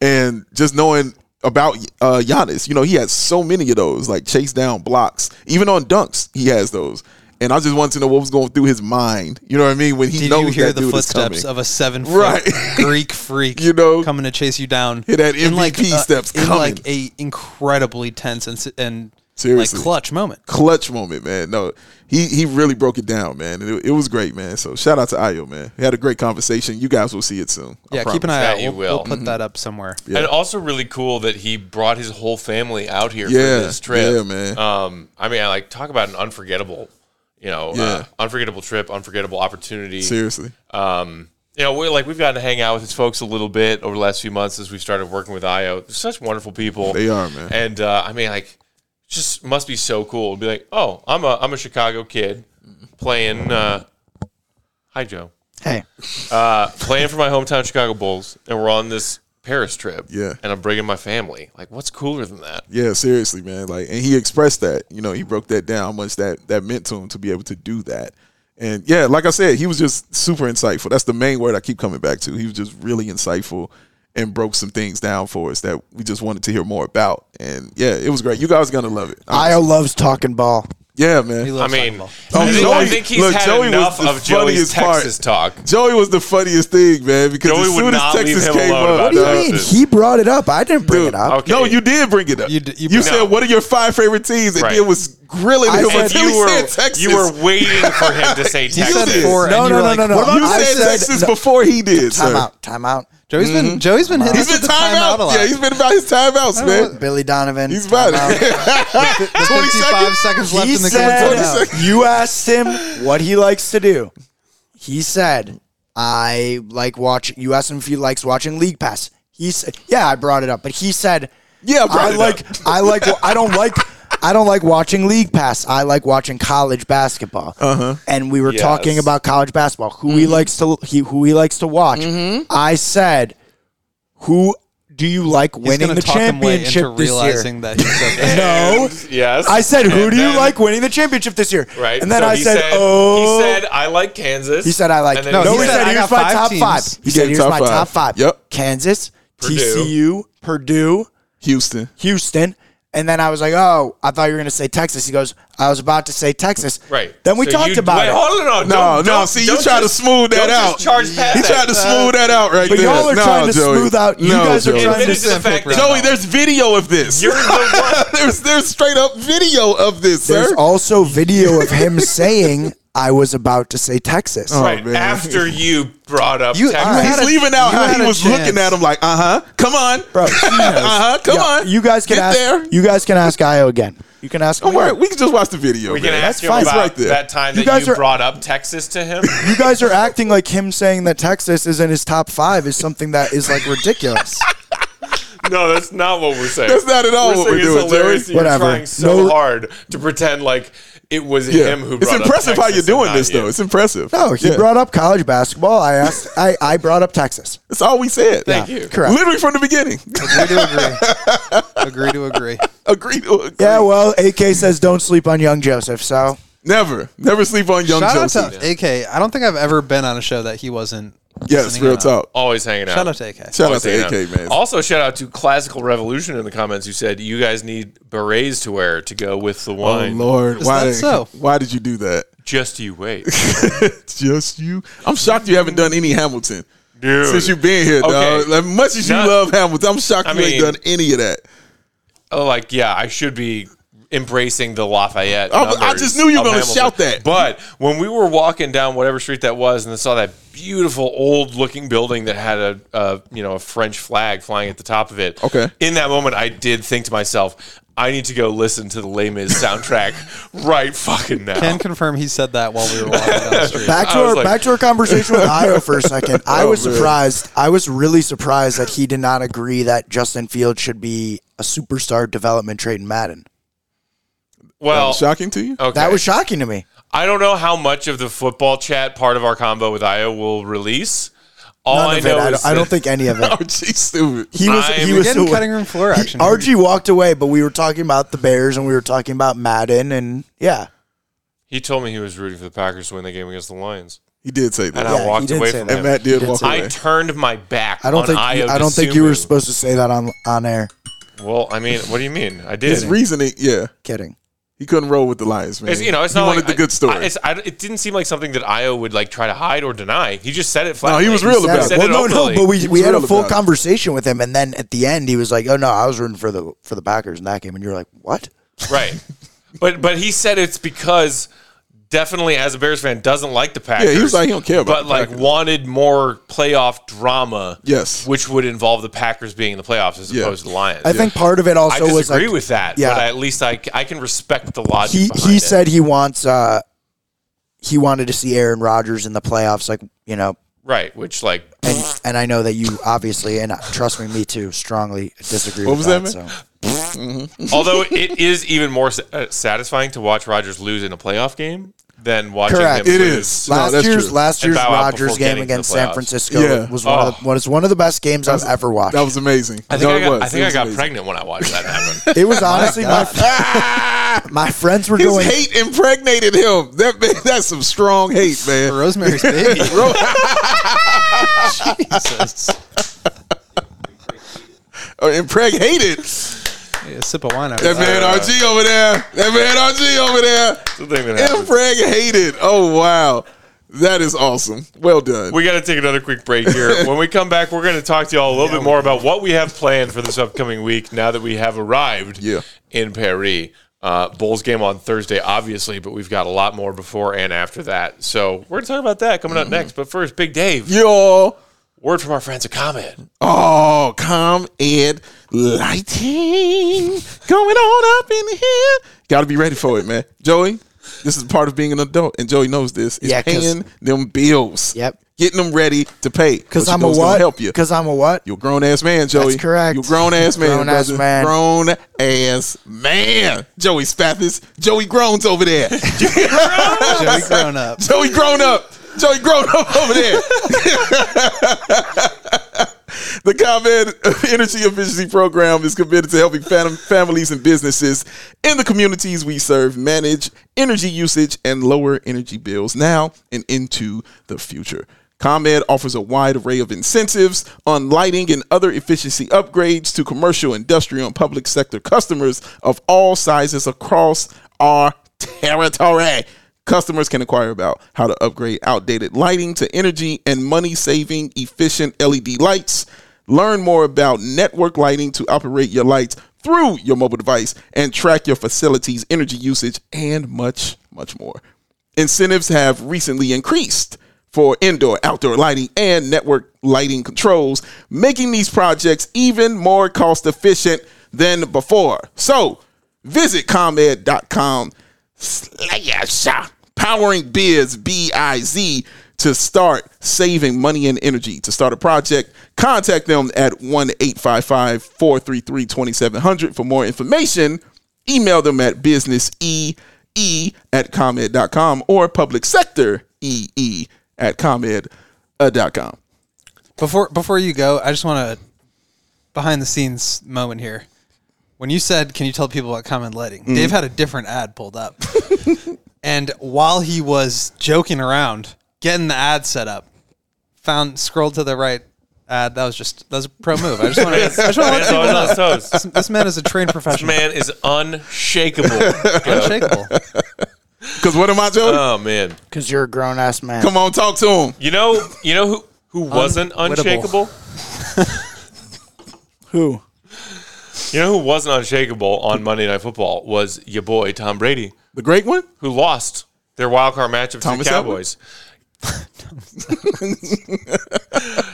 [SPEAKER 2] and just knowing about uh, Giannis, you know, he has so many of those like chase down blocks, even on dunks, he has those. And I just wanted to know what was going through his mind. You know what I mean? When he
[SPEAKER 3] Did
[SPEAKER 2] knows
[SPEAKER 3] you hear
[SPEAKER 2] that
[SPEAKER 3] the
[SPEAKER 2] dude
[SPEAKER 3] footsteps
[SPEAKER 2] is coming.
[SPEAKER 3] of a seven foot
[SPEAKER 2] Right.
[SPEAKER 3] Greek freak,
[SPEAKER 2] You know?
[SPEAKER 3] coming to chase you down?
[SPEAKER 2] Hear that
[SPEAKER 3] in like
[SPEAKER 2] MVP
[SPEAKER 3] a-
[SPEAKER 2] steps
[SPEAKER 3] in
[SPEAKER 2] coming.
[SPEAKER 3] like a incredibly tense and s- and
[SPEAKER 2] Seriously.
[SPEAKER 3] like clutch moment.
[SPEAKER 2] clutch moment, man. No, he he really broke it down, man. And it, it was great, man. So shout out to Ayo, man. We had a great conversation. You guys will see it soon. I
[SPEAKER 3] Yeah, keep an
[SPEAKER 2] promise.
[SPEAKER 3] eye
[SPEAKER 1] That
[SPEAKER 3] out.
[SPEAKER 1] you
[SPEAKER 3] We'll, we'll
[SPEAKER 1] will.
[SPEAKER 3] put
[SPEAKER 2] Mm-hmm.
[SPEAKER 3] that up somewhere.
[SPEAKER 1] And also really cool that he brought his whole family out here
[SPEAKER 2] Yeah,
[SPEAKER 1] for this trip.
[SPEAKER 2] yeah, man.
[SPEAKER 1] Um, I mean, I like talk about an unforgettable, you know,
[SPEAKER 2] Yeah.
[SPEAKER 1] uh, unforgettable trip, unforgettable opportunity.
[SPEAKER 2] Seriously,
[SPEAKER 1] Um, you know, we're like we've gotten to hang out with his folks a little bit over the last few months since we started working with Io. They're such wonderful people.
[SPEAKER 3] um,
[SPEAKER 2] They are, man.
[SPEAKER 1] And uh, I mean, like, just must be so cool to be like, oh, I'm a I'm a Chicago kid playing. Uh, hi, Joe.
[SPEAKER 4] Hey,
[SPEAKER 1] Uh, playing for my hometown Chicago Bulls, and we're on this Paris trip.
[SPEAKER 2] Yeah.
[SPEAKER 1] and I'm bringing my family. Like, what's cooler than that?
[SPEAKER 2] yeah, seriously, man. Like, and he expressed that. You know, he broke that down. How much that that meant to him to be able to do that. And yeah, like I said, he was just super insightful. That's the main word I keep coming back to. He was just really insightful and broke some things down for us that we just wanted to hear more about. And yeah, it was great. You guys are gonna love it.
[SPEAKER 4] Io loves talking ball.
[SPEAKER 2] yeah, man.
[SPEAKER 3] He
[SPEAKER 1] I
[SPEAKER 3] loves
[SPEAKER 1] mean,
[SPEAKER 3] basketball.
[SPEAKER 2] Oh,
[SPEAKER 1] I, think, I
[SPEAKER 2] Joey-
[SPEAKER 1] think he's
[SPEAKER 2] look,
[SPEAKER 1] had
[SPEAKER 2] Joey was
[SPEAKER 1] enough
[SPEAKER 2] the
[SPEAKER 1] of Joey's
[SPEAKER 2] funniest part.
[SPEAKER 1] Texas talk.
[SPEAKER 2] Joey was the funniest thing, man, because
[SPEAKER 1] Joey
[SPEAKER 2] as
[SPEAKER 1] would
[SPEAKER 2] soon as
[SPEAKER 1] not leave
[SPEAKER 2] Texas
[SPEAKER 1] him
[SPEAKER 2] came
[SPEAKER 1] alone
[SPEAKER 2] up,
[SPEAKER 1] about
[SPEAKER 4] What do you
[SPEAKER 1] that.
[SPEAKER 4] mean?
[SPEAKER 1] Texas.
[SPEAKER 4] He brought it up. I didn't bring
[SPEAKER 2] Dude,
[SPEAKER 4] it up.
[SPEAKER 1] okay.
[SPEAKER 2] no, you did bring it up. You,
[SPEAKER 3] You d- you brought-
[SPEAKER 2] said,
[SPEAKER 1] No.
[SPEAKER 2] "What are your five favorite teams?" And
[SPEAKER 1] Right.
[SPEAKER 2] then was grilling
[SPEAKER 4] I
[SPEAKER 2] him
[SPEAKER 4] said-
[SPEAKER 1] And
[SPEAKER 2] until
[SPEAKER 1] you
[SPEAKER 2] he
[SPEAKER 1] were
[SPEAKER 2] said Texas.
[SPEAKER 1] you were waiting for him to say
[SPEAKER 3] you said
[SPEAKER 1] Texas.
[SPEAKER 2] did.
[SPEAKER 3] four.
[SPEAKER 4] No,
[SPEAKER 3] and
[SPEAKER 4] no,
[SPEAKER 3] you
[SPEAKER 4] no,
[SPEAKER 3] were
[SPEAKER 4] no,
[SPEAKER 3] like,
[SPEAKER 4] no,
[SPEAKER 3] "What
[SPEAKER 4] no.
[SPEAKER 3] about
[SPEAKER 2] You
[SPEAKER 4] I
[SPEAKER 2] said,
[SPEAKER 4] said-
[SPEAKER 2] Texas
[SPEAKER 4] no.
[SPEAKER 2] before he did.
[SPEAKER 4] time
[SPEAKER 2] sir.
[SPEAKER 4] out. Time out.
[SPEAKER 3] Joey's been Joey's been
[SPEAKER 2] Mm-hmm.
[SPEAKER 3] hitting
[SPEAKER 2] He's
[SPEAKER 3] us
[SPEAKER 2] been
[SPEAKER 3] with the timeout
[SPEAKER 2] timeouts.
[SPEAKER 3] a lot.
[SPEAKER 2] Yeah, he's been about his timeouts, man.
[SPEAKER 4] Billy Donovan.
[SPEAKER 2] He's about
[SPEAKER 4] timeout.
[SPEAKER 2] it. Twenty
[SPEAKER 3] 55
[SPEAKER 2] seconds.
[SPEAKER 3] seconds left
[SPEAKER 4] He
[SPEAKER 3] in the
[SPEAKER 4] said,
[SPEAKER 3] game.
[SPEAKER 2] Twenty
[SPEAKER 3] timeout.
[SPEAKER 2] seconds.
[SPEAKER 4] you asked him what he likes to do. He said, I like watch. You asked him if he likes watching League Pass. He said, yeah, I brought it up, but he said,
[SPEAKER 2] Yeah, I brought it up.
[SPEAKER 4] like, I like, I don't like, I don't like watching League Pass. I like watching college basketball. Uh-huh. And we were
[SPEAKER 1] Yes.
[SPEAKER 4] talking about college basketball, who he likes to, he, who he likes to watch. I said, who do you like
[SPEAKER 3] He's
[SPEAKER 4] winning
[SPEAKER 3] gonna
[SPEAKER 4] the
[SPEAKER 3] talk him way
[SPEAKER 4] championship
[SPEAKER 3] into
[SPEAKER 4] this year?
[SPEAKER 3] realizing that he said that.
[SPEAKER 4] No,
[SPEAKER 1] Yes.
[SPEAKER 4] I said, "Who
[SPEAKER 1] And
[SPEAKER 4] do
[SPEAKER 1] then-
[SPEAKER 4] you like winning the championship this year?"
[SPEAKER 1] Right.
[SPEAKER 4] and then
[SPEAKER 1] So
[SPEAKER 4] I
[SPEAKER 1] he
[SPEAKER 4] said, "Oh."
[SPEAKER 1] He said, I like Kansas.
[SPEAKER 4] He said, "I like."
[SPEAKER 1] And then
[SPEAKER 4] No,
[SPEAKER 3] he
[SPEAKER 4] he
[SPEAKER 3] said,
[SPEAKER 4] said,
[SPEAKER 3] "I
[SPEAKER 4] "Here's
[SPEAKER 3] got
[SPEAKER 4] my
[SPEAKER 3] five
[SPEAKER 4] top
[SPEAKER 3] teams."
[SPEAKER 4] five. He,
[SPEAKER 2] He
[SPEAKER 4] said,
[SPEAKER 2] gave
[SPEAKER 4] "Here's
[SPEAKER 2] top
[SPEAKER 4] my
[SPEAKER 2] five.
[SPEAKER 4] top five.
[SPEAKER 2] Yep.
[SPEAKER 4] Kansas,
[SPEAKER 1] Purdue.
[SPEAKER 4] TCU, Purdue,
[SPEAKER 2] Houston.
[SPEAKER 4] Houston." And then I was like, "Oh, I thought you were going to say Texas." He goes, "I was about to say Texas."
[SPEAKER 1] Right.
[SPEAKER 4] Then we
[SPEAKER 1] So
[SPEAKER 4] talked
[SPEAKER 1] you-
[SPEAKER 4] about
[SPEAKER 1] wait,
[SPEAKER 4] it.
[SPEAKER 1] Hold on,
[SPEAKER 2] No,
[SPEAKER 1] don't-
[SPEAKER 2] no.
[SPEAKER 1] don't-
[SPEAKER 2] See, you
[SPEAKER 1] don't
[SPEAKER 2] try to
[SPEAKER 1] just-
[SPEAKER 2] smooth that
[SPEAKER 1] don't just
[SPEAKER 2] out.
[SPEAKER 1] charge past
[SPEAKER 2] He
[SPEAKER 1] that.
[SPEAKER 2] tried to smooth that out right
[SPEAKER 4] But
[SPEAKER 2] there.
[SPEAKER 4] y'all are
[SPEAKER 2] no,
[SPEAKER 4] trying to
[SPEAKER 2] Joey.
[SPEAKER 4] smooth out- you
[SPEAKER 2] No,
[SPEAKER 4] guys are
[SPEAKER 2] Joey.
[SPEAKER 4] trying
[SPEAKER 1] Admit
[SPEAKER 4] to
[SPEAKER 1] it to the fact that-
[SPEAKER 2] Joey, there's video of this.
[SPEAKER 1] You're the one.
[SPEAKER 2] there's there's straight up video of this,
[SPEAKER 4] There's
[SPEAKER 2] sir.
[SPEAKER 4] also video of him saying, "I was about to say Texas."
[SPEAKER 1] Right
[SPEAKER 2] man.
[SPEAKER 1] after you brought up
[SPEAKER 3] You-
[SPEAKER 1] Texas.
[SPEAKER 3] you
[SPEAKER 2] He's
[SPEAKER 3] had a-
[SPEAKER 2] leaving out
[SPEAKER 3] you
[SPEAKER 2] how
[SPEAKER 3] had
[SPEAKER 2] he
[SPEAKER 3] a
[SPEAKER 2] was
[SPEAKER 3] chance.
[SPEAKER 2] looking at him like, uh huh, come on,
[SPEAKER 4] Bro,
[SPEAKER 2] uh
[SPEAKER 4] he knows.
[SPEAKER 2] huh, come
[SPEAKER 4] Yeah,
[SPEAKER 2] on.
[SPEAKER 4] You guys can
[SPEAKER 2] Get
[SPEAKER 4] ask.
[SPEAKER 2] there.
[SPEAKER 4] You guys can ask Io again. You can ask.
[SPEAKER 2] Don't
[SPEAKER 4] him
[SPEAKER 2] worry,
[SPEAKER 4] again.
[SPEAKER 2] we can just watch the video.
[SPEAKER 1] we can
[SPEAKER 2] man.
[SPEAKER 1] ask him
[SPEAKER 4] fine.
[SPEAKER 2] It's
[SPEAKER 1] about
[SPEAKER 2] right there.
[SPEAKER 1] that time
[SPEAKER 4] You
[SPEAKER 1] that
[SPEAKER 4] guys
[SPEAKER 1] you
[SPEAKER 4] are-
[SPEAKER 1] brought up Texas to him.
[SPEAKER 4] You guys are acting like him saying that Texas is in his top five is something that is like ridiculous.
[SPEAKER 1] no, that's not what we're saying.
[SPEAKER 2] That's not at all
[SPEAKER 1] we're
[SPEAKER 2] what
[SPEAKER 1] saying
[SPEAKER 2] we're doing,
[SPEAKER 1] It's hilarious. that
[SPEAKER 2] Terry.
[SPEAKER 1] You're
[SPEAKER 4] Whatever.
[SPEAKER 1] trying so
[SPEAKER 4] No-
[SPEAKER 1] hard to pretend like it was
[SPEAKER 2] Yeah.
[SPEAKER 1] him who.
[SPEAKER 2] It's
[SPEAKER 1] brought up
[SPEAKER 2] impressive how you're
[SPEAKER 1] Texas and
[SPEAKER 2] doing
[SPEAKER 1] not
[SPEAKER 2] this,
[SPEAKER 1] you.
[SPEAKER 2] though. It's impressive.
[SPEAKER 4] No, he
[SPEAKER 2] Yeah.
[SPEAKER 4] brought up college basketball. I asked. I, I brought up Texas.
[SPEAKER 2] That's all we said.
[SPEAKER 1] Thank you.
[SPEAKER 4] Correct.
[SPEAKER 2] Literally from the beginning.
[SPEAKER 3] Agree to agree. Agree to agree.
[SPEAKER 2] agree to agree.
[SPEAKER 4] Yeah. Well, AK says don't sleep on young Joseph. So
[SPEAKER 2] Never, never sleep on young
[SPEAKER 3] Shout
[SPEAKER 2] Josie.
[SPEAKER 3] out to AK. I don't think I've ever been on a show that he wasn't.
[SPEAKER 2] yes,
[SPEAKER 3] listening
[SPEAKER 2] real
[SPEAKER 3] in on.
[SPEAKER 2] talk.
[SPEAKER 1] Always hanging out.
[SPEAKER 3] Shout out to AK.
[SPEAKER 2] Shout out
[SPEAKER 1] Always
[SPEAKER 2] to
[SPEAKER 1] hanging
[SPEAKER 2] AK, man.
[SPEAKER 1] Also, shout out to Classical Revolution in the comments who said, you guys need berets to wear to go with the
[SPEAKER 2] Oh
[SPEAKER 1] wine.
[SPEAKER 2] Lord,
[SPEAKER 3] Is
[SPEAKER 2] why
[SPEAKER 3] that
[SPEAKER 2] did,
[SPEAKER 3] so?
[SPEAKER 2] why did you do that?
[SPEAKER 1] Just you wait.
[SPEAKER 2] It's just you. I'm shocked you haven't done any Hamilton
[SPEAKER 1] Dude.
[SPEAKER 2] since you've been here,
[SPEAKER 1] Okay.
[SPEAKER 2] dog. As much as you
[SPEAKER 1] Not-
[SPEAKER 2] love Hamilton, I'm shocked
[SPEAKER 1] I
[SPEAKER 2] you ain't
[SPEAKER 1] mean-
[SPEAKER 2] done any of that.
[SPEAKER 1] oh, like, yeah, I should be embracing the Lafayette.
[SPEAKER 2] I- I
[SPEAKER 1] numbers
[SPEAKER 2] just knew you were
[SPEAKER 1] of
[SPEAKER 2] gonna
[SPEAKER 1] Hamilton.
[SPEAKER 2] shout that.
[SPEAKER 1] But when we were walking down whatever street that was and I saw that beautiful old looking building that had a, a you know a French flag flying at the top of it.
[SPEAKER 2] Okay.
[SPEAKER 1] In that moment I did think to myself, I need to go listen to the Les Mis soundtrack right fucking now.
[SPEAKER 3] Can confirm he said that while we were walking down the street.
[SPEAKER 4] Back to
[SPEAKER 1] I was
[SPEAKER 4] our
[SPEAKER 1] like- Oh,
[SPEAKER 4] back to our conversation with Io for a second. I was
[SPEAKER 2] man.
[SPEAKER 4] surprised. I was really surprised that he did not agree that Justin Field should be a superstar development trade in Madden.
[SPEAKER 2] That
[SPEAKER 1] well,
[SPEAKER 2] was shocking to you?
[SPEAKER 1] okay.
[SPEAKER 4] That was shocking to me.
[SPEAKER 1] I don't know how much of the football chat part of our combo with Io will release. All
[SPEAKER 4] None
[SPEAKER 1] I
[SPEAKER 4] of it.
[SPEAKER 1] know
[SPEAKER 4] I
[SPEAKER 1] is
[SPEAKER 4] don't, I don't
[SPEAKER 1] that-
[SPEAKER 4] think any of it.
[SPEAKER 2] Oh, geez, stupid.
[SPEAKER 4] He was
[SPEAKER 1] I'm-
[SPEAKER 4] he
[SPEAKER 1] We're
[SPEAKER 4] was
[SPEAKER 3] Getting
[SPEAKER 4] so-
[SPEAKER 3] cutting room floor
[SPEAKER 4] he-
[SPEAKER 3] action. here.
[SPEAKER 4] RG walked away, but we were talking about the Bears and we were talking about Madden and yeah.
[SPEAKER 1] he told me he was rooting for the Packers to win the game against the Lions,
[SPEAKER 2] He did say
[SPEAKER 1] and
[SPEAKER 2] that.
[SPEAKER 4] Yeah,
[SPEAKER 1] I
[SPEAKER 4] he
[SPEAKER 1] walked
[SPEAKER 4] did
[SPEAKER 1] away
[SPEAKER 4] say
[SPEAKER 1] from
[SPEAKER 4] that.
[SPEAKER 1] him.
[SPEAKER 2] and Matt did
[SPEAKER 4] did
[SPEAKER 2] walk
[SPEAKER 4] say
[SPEAKER 1] I
[SPEAKER 2] away.
[SPEAKER 1] turned my back.
[SPEAKER 4] I don't
[SPEAKER 1] on
[SPEAKER 4] think
[SPEAKER 1] Io
[SPEAKER 4] I don't think you
[SPEAKER 1] DeSumo.
[SPEAKER 4] were supposed to say that on on air.
[SPEAKER 1] Well, I mean, what do you mean? I did.
[SPEAKER 2] His reasoning, yeah,
[SPEAKER 4] Kidding.
[SPEAKER 2] he couldn't roll with the Lions, man.
[SPEAKER 1] It's- you know, it's
[SPEAKER 2] he
[SPEAKER 1] not
[SPEAKER 2] wanted
[SPEAKER 1] like,
[SPEAKER 2] the good story.
[SPEAKER 1] I, it's, I, it didn't seem like something that Io would like try to hide or deny. He just said it flat.
[SPEAKER 2] No, he was real
[SPEAKER 4] Said
[SPEAKER 2] about
[SPEAKER 4] it.
[SPEAKER 2] it.
[SPEAKER 1] Said
[SPEAKER 4] Well,
[SPEAKER 1] it
[SPEAKER 4] no, no,
[SPEAKER 1] openly.
[SPEAKER 4] but we, we had a
[SPEAKER 2] real
[SPEAKER 4] full
[SPEAKER 2] about it.
[SPEAKER 4] conversation with him, and then at the end, he was like, "Oh no, I was rooting for the for the Packers in that game," and you're like, "What?"
[SPEAKER 1] right. But but he said it's because definitely as a Bears fan doesn't like the Packers.
[SPEAKER 2] Yeah, he was like, he don't care about
[SPEAKER 1] but
[SPEAKER 2] the
[SPEAKER 1] like
[SPEAKER 2] Packers.
[SPEAKER 1] wanted more playoff drama.
[SPEAKER 2] Yes.
[SPEAKER 1] which would involve the Packers being in the playoffs as
[SPEAKER 2] Yeah.
[SPEAKER 1] opposed to the Lions.
[SPEAKER 4] I think part of it
[SPEAKER 1] I
[SPEAKER 4] also was
[SPEAKER 1] disagree
[SPEAKER 4] like
[SPEAKER 1] with that.
[SPEAKER 4] Yeah.
[SPEAKER 1] but I, at least I, I can respect the logic.
[SPEAKER 4] he
[SPEAKER 1] behind
[SPEAKER 4] he
[SPEAKER 1] it.
[SPEAKER 4] said he wants uh he wanted to see Aaron Rodgers in the playoffs, like you know,
[SPEAKER 1] right, which like
[SPEAKER 4] and and I know that you obviously and uh, trust me, me too, strongly disagree.
[SPEAKER 2] What
[SPEAKER 4] with
[SPEAKER 2] was that, man?
[SPEAKER 4] so.
[SPEAKER 1] although it is even more sa- uh, satisfying to watch Rogers lose in a playoff game than watching
[SPEAKER 4] Correct.
[SPEAKER 1] him
[SPEAKER 2] It
[SPEAKER 1] lose.
[SPEAKER 2] is. No,
[SPEAKER 4] Last
[SPEAKER 2] that's
[SPEAKER 4] year's
[SPEAKER 2] true.
[SPEAKER 4] last
[SPEAKER 1] And
[SPEAKER 4] year's
[SPEAKER 1] bow out
[SPEAKER 4] Rodgers
[SPEAKER 1] before
[SPEAKER 4] game
[SPEAKER 1] getting to the
[SPEAKER 4] against San
[SPEAKER 1] playoffs.
[SPEAKER 4] Francisco
[SPEAKER 2] Yeah.
[SPEAKER 4] was one of
[SPEAKER 1] Oh.
[SPEAKER 4] the, was one of the best games I've ever watched.
[SPEAKER 2] that was amazing.
[SPEAKER 1] I think
[SPEAKER 2] no,
[SPEAKER 1] I
[SPEAKER 2] it
[SPEAKER 1] got,
[SPEAKER 2] was.
[SPEAKER 1] I, think
[SPEAKER 2] It
[SPEAKER 1] I
[SPEAKER 2] was
[SPEAKER 1] got
[SPEAKER 2] amazing.
[SPEAKER 1] pregnant when I watched that happen.
[SPEAKER 4] it was honestly my my friends were
[SPEAKER 2] His
[SPEAKER 4] going.
[SPEAKER 2] hate impregnated him. That man, that's some strong hate, man.
[SPEAKER 3] Rosemary's Baby.
[SPEAKER 2] Bro,
[SPEAKER 3] Jesus.
[SPEAKER 2] or impregnated.
[SPEAKER 3] Hey, a sip of wine. Over
[SPEAKER 2] That
[SPEAKER 3] that.
[SPEAKER 2] man RG over there. That man RG over there.
[SPEAKER 1] It's the thing that happens.
[SPEAKER 2] Impregnated. Oh wow, that is awesome. Well done.
[SPEAKER 1] We got to take another quick break here. when we come back, we're going to talk to y'all a little bit more about what we have planned for this upcoming week now that we have arrived
[SPEAKER 2] Yeah.
[SPEAKER 1] in Paris. Uh, Bulls game on Thursday, obviously, but we've got a lot more before and after that. So we're going to talk about that coming up next. But first, Big Dave,
[SPEAKER 2] Y'all.
[SPEAKER 1] word from our friends at Comet.
[SPEAKER 2] Oh, come Ed lighting going on up in here. Got to be ready for it, man. Joey, this is part of being an adult, and Joey knows this. It's
[SPEAKER 4] Yeah, 'cause-
[SPEAKER 2] paying them bills.
[SPEAKER 4] Yep.
[SPEAKER 2] Getting them ready to pay.
[SPEAKER 4] Because
[SPEAKER 2] But you
[SPEAKER 4] I'm
[SPEAKER 2] know
[SPEAKER 4] a
[SPEAKER 2] it's gonna
[SPEAKER 4] what?
[SPEAKER 2] Help you.
[SPEAKER 4] Because I'm a what?
[SPEAKER 2] You're a grown ass man, Joey.
[SPEAKER 4] That's correct.
[SPEAKER 2] You're a grown ass man.
[SPEAKER 4] Grown ass
[SPEAKER 2] brother.
[SPEAKER 4] man.
[SPEAKER 2] Grown ass man. Joey Spathis. Joey Grown's over there.
[SPEAKER 3] Joey grown up.
[SPEAKER 2] Joey grown up. Joey grown up over there. the ComEd Energy Efficiency Program is committed to helping fam- families and businesses in the communities we serve manage energy usage and lower energy bills now and into the future. ComEd offers a wide array of incentives on lighting and other efficiency upgrades to commercial, industrial, and public sector customers of all sizes across our territory. Customers can inquire about how to upgrade outdated lighting to energy and money saving efficient LED lights. Learn more about network lighting to operate your lights through your mobile device and track your facility's energy usage and much, much more. Incentives have recently increased for indoor, outdoor lighting, and network lighting controls, making these projects even more cost efficient than before. So visit comed.com slash powering biz b-i-z to start saving money and energy to start a project contact them at 1-855-433-2700 for more information email them at business e e at comed.com or public sector e e at comed.com
[SPEAKER 3] Before before you go, I just want to behind the scenes moment here.
[SPEAKER 1] Mm-hmm.
[SPEAKER 3] When you said, "Can you tell people about common lighting?" Dave had a different ad pulled up. And while he was joking around, getting the ad set up, found scrolled to the right ad. That was just that was a pro move. I just want to. I just want to let
[SPEAKER 1] Man's
[SPEAKER 3] people
[SPEAKER 1] always on
[SPEAKER 3] know
[SPEAKER 1] his toes.
[SPEAKER 3] this, this man is a trained
[SPEAKER 1] This
[SPEAKER 3] professional,
[SPEAKER 1] man is unshakable.
[SPEAKER 3] unshakable.
[SPEAKER 2] Because what am I, Joey?
[SPEAKER 1] oh man.
[SPEAKER 4] Because you're a grown ass man.
[SPEAKER 2] Come on, talk to him.
[SPEAKER 1] You know, you know who who wasn't unshakable?
[SPEAKER 4] Who?
[SPEAKER 1] You know who wasn't unshakable on Monday Night Football was your boy Tom Brady,
[SPEAKER 2] The great one?
[SPEAKER 1] who lost their wild card matchup to the
[SPEAKER 2] Thomas
[SPEAKER 1] Cowboys.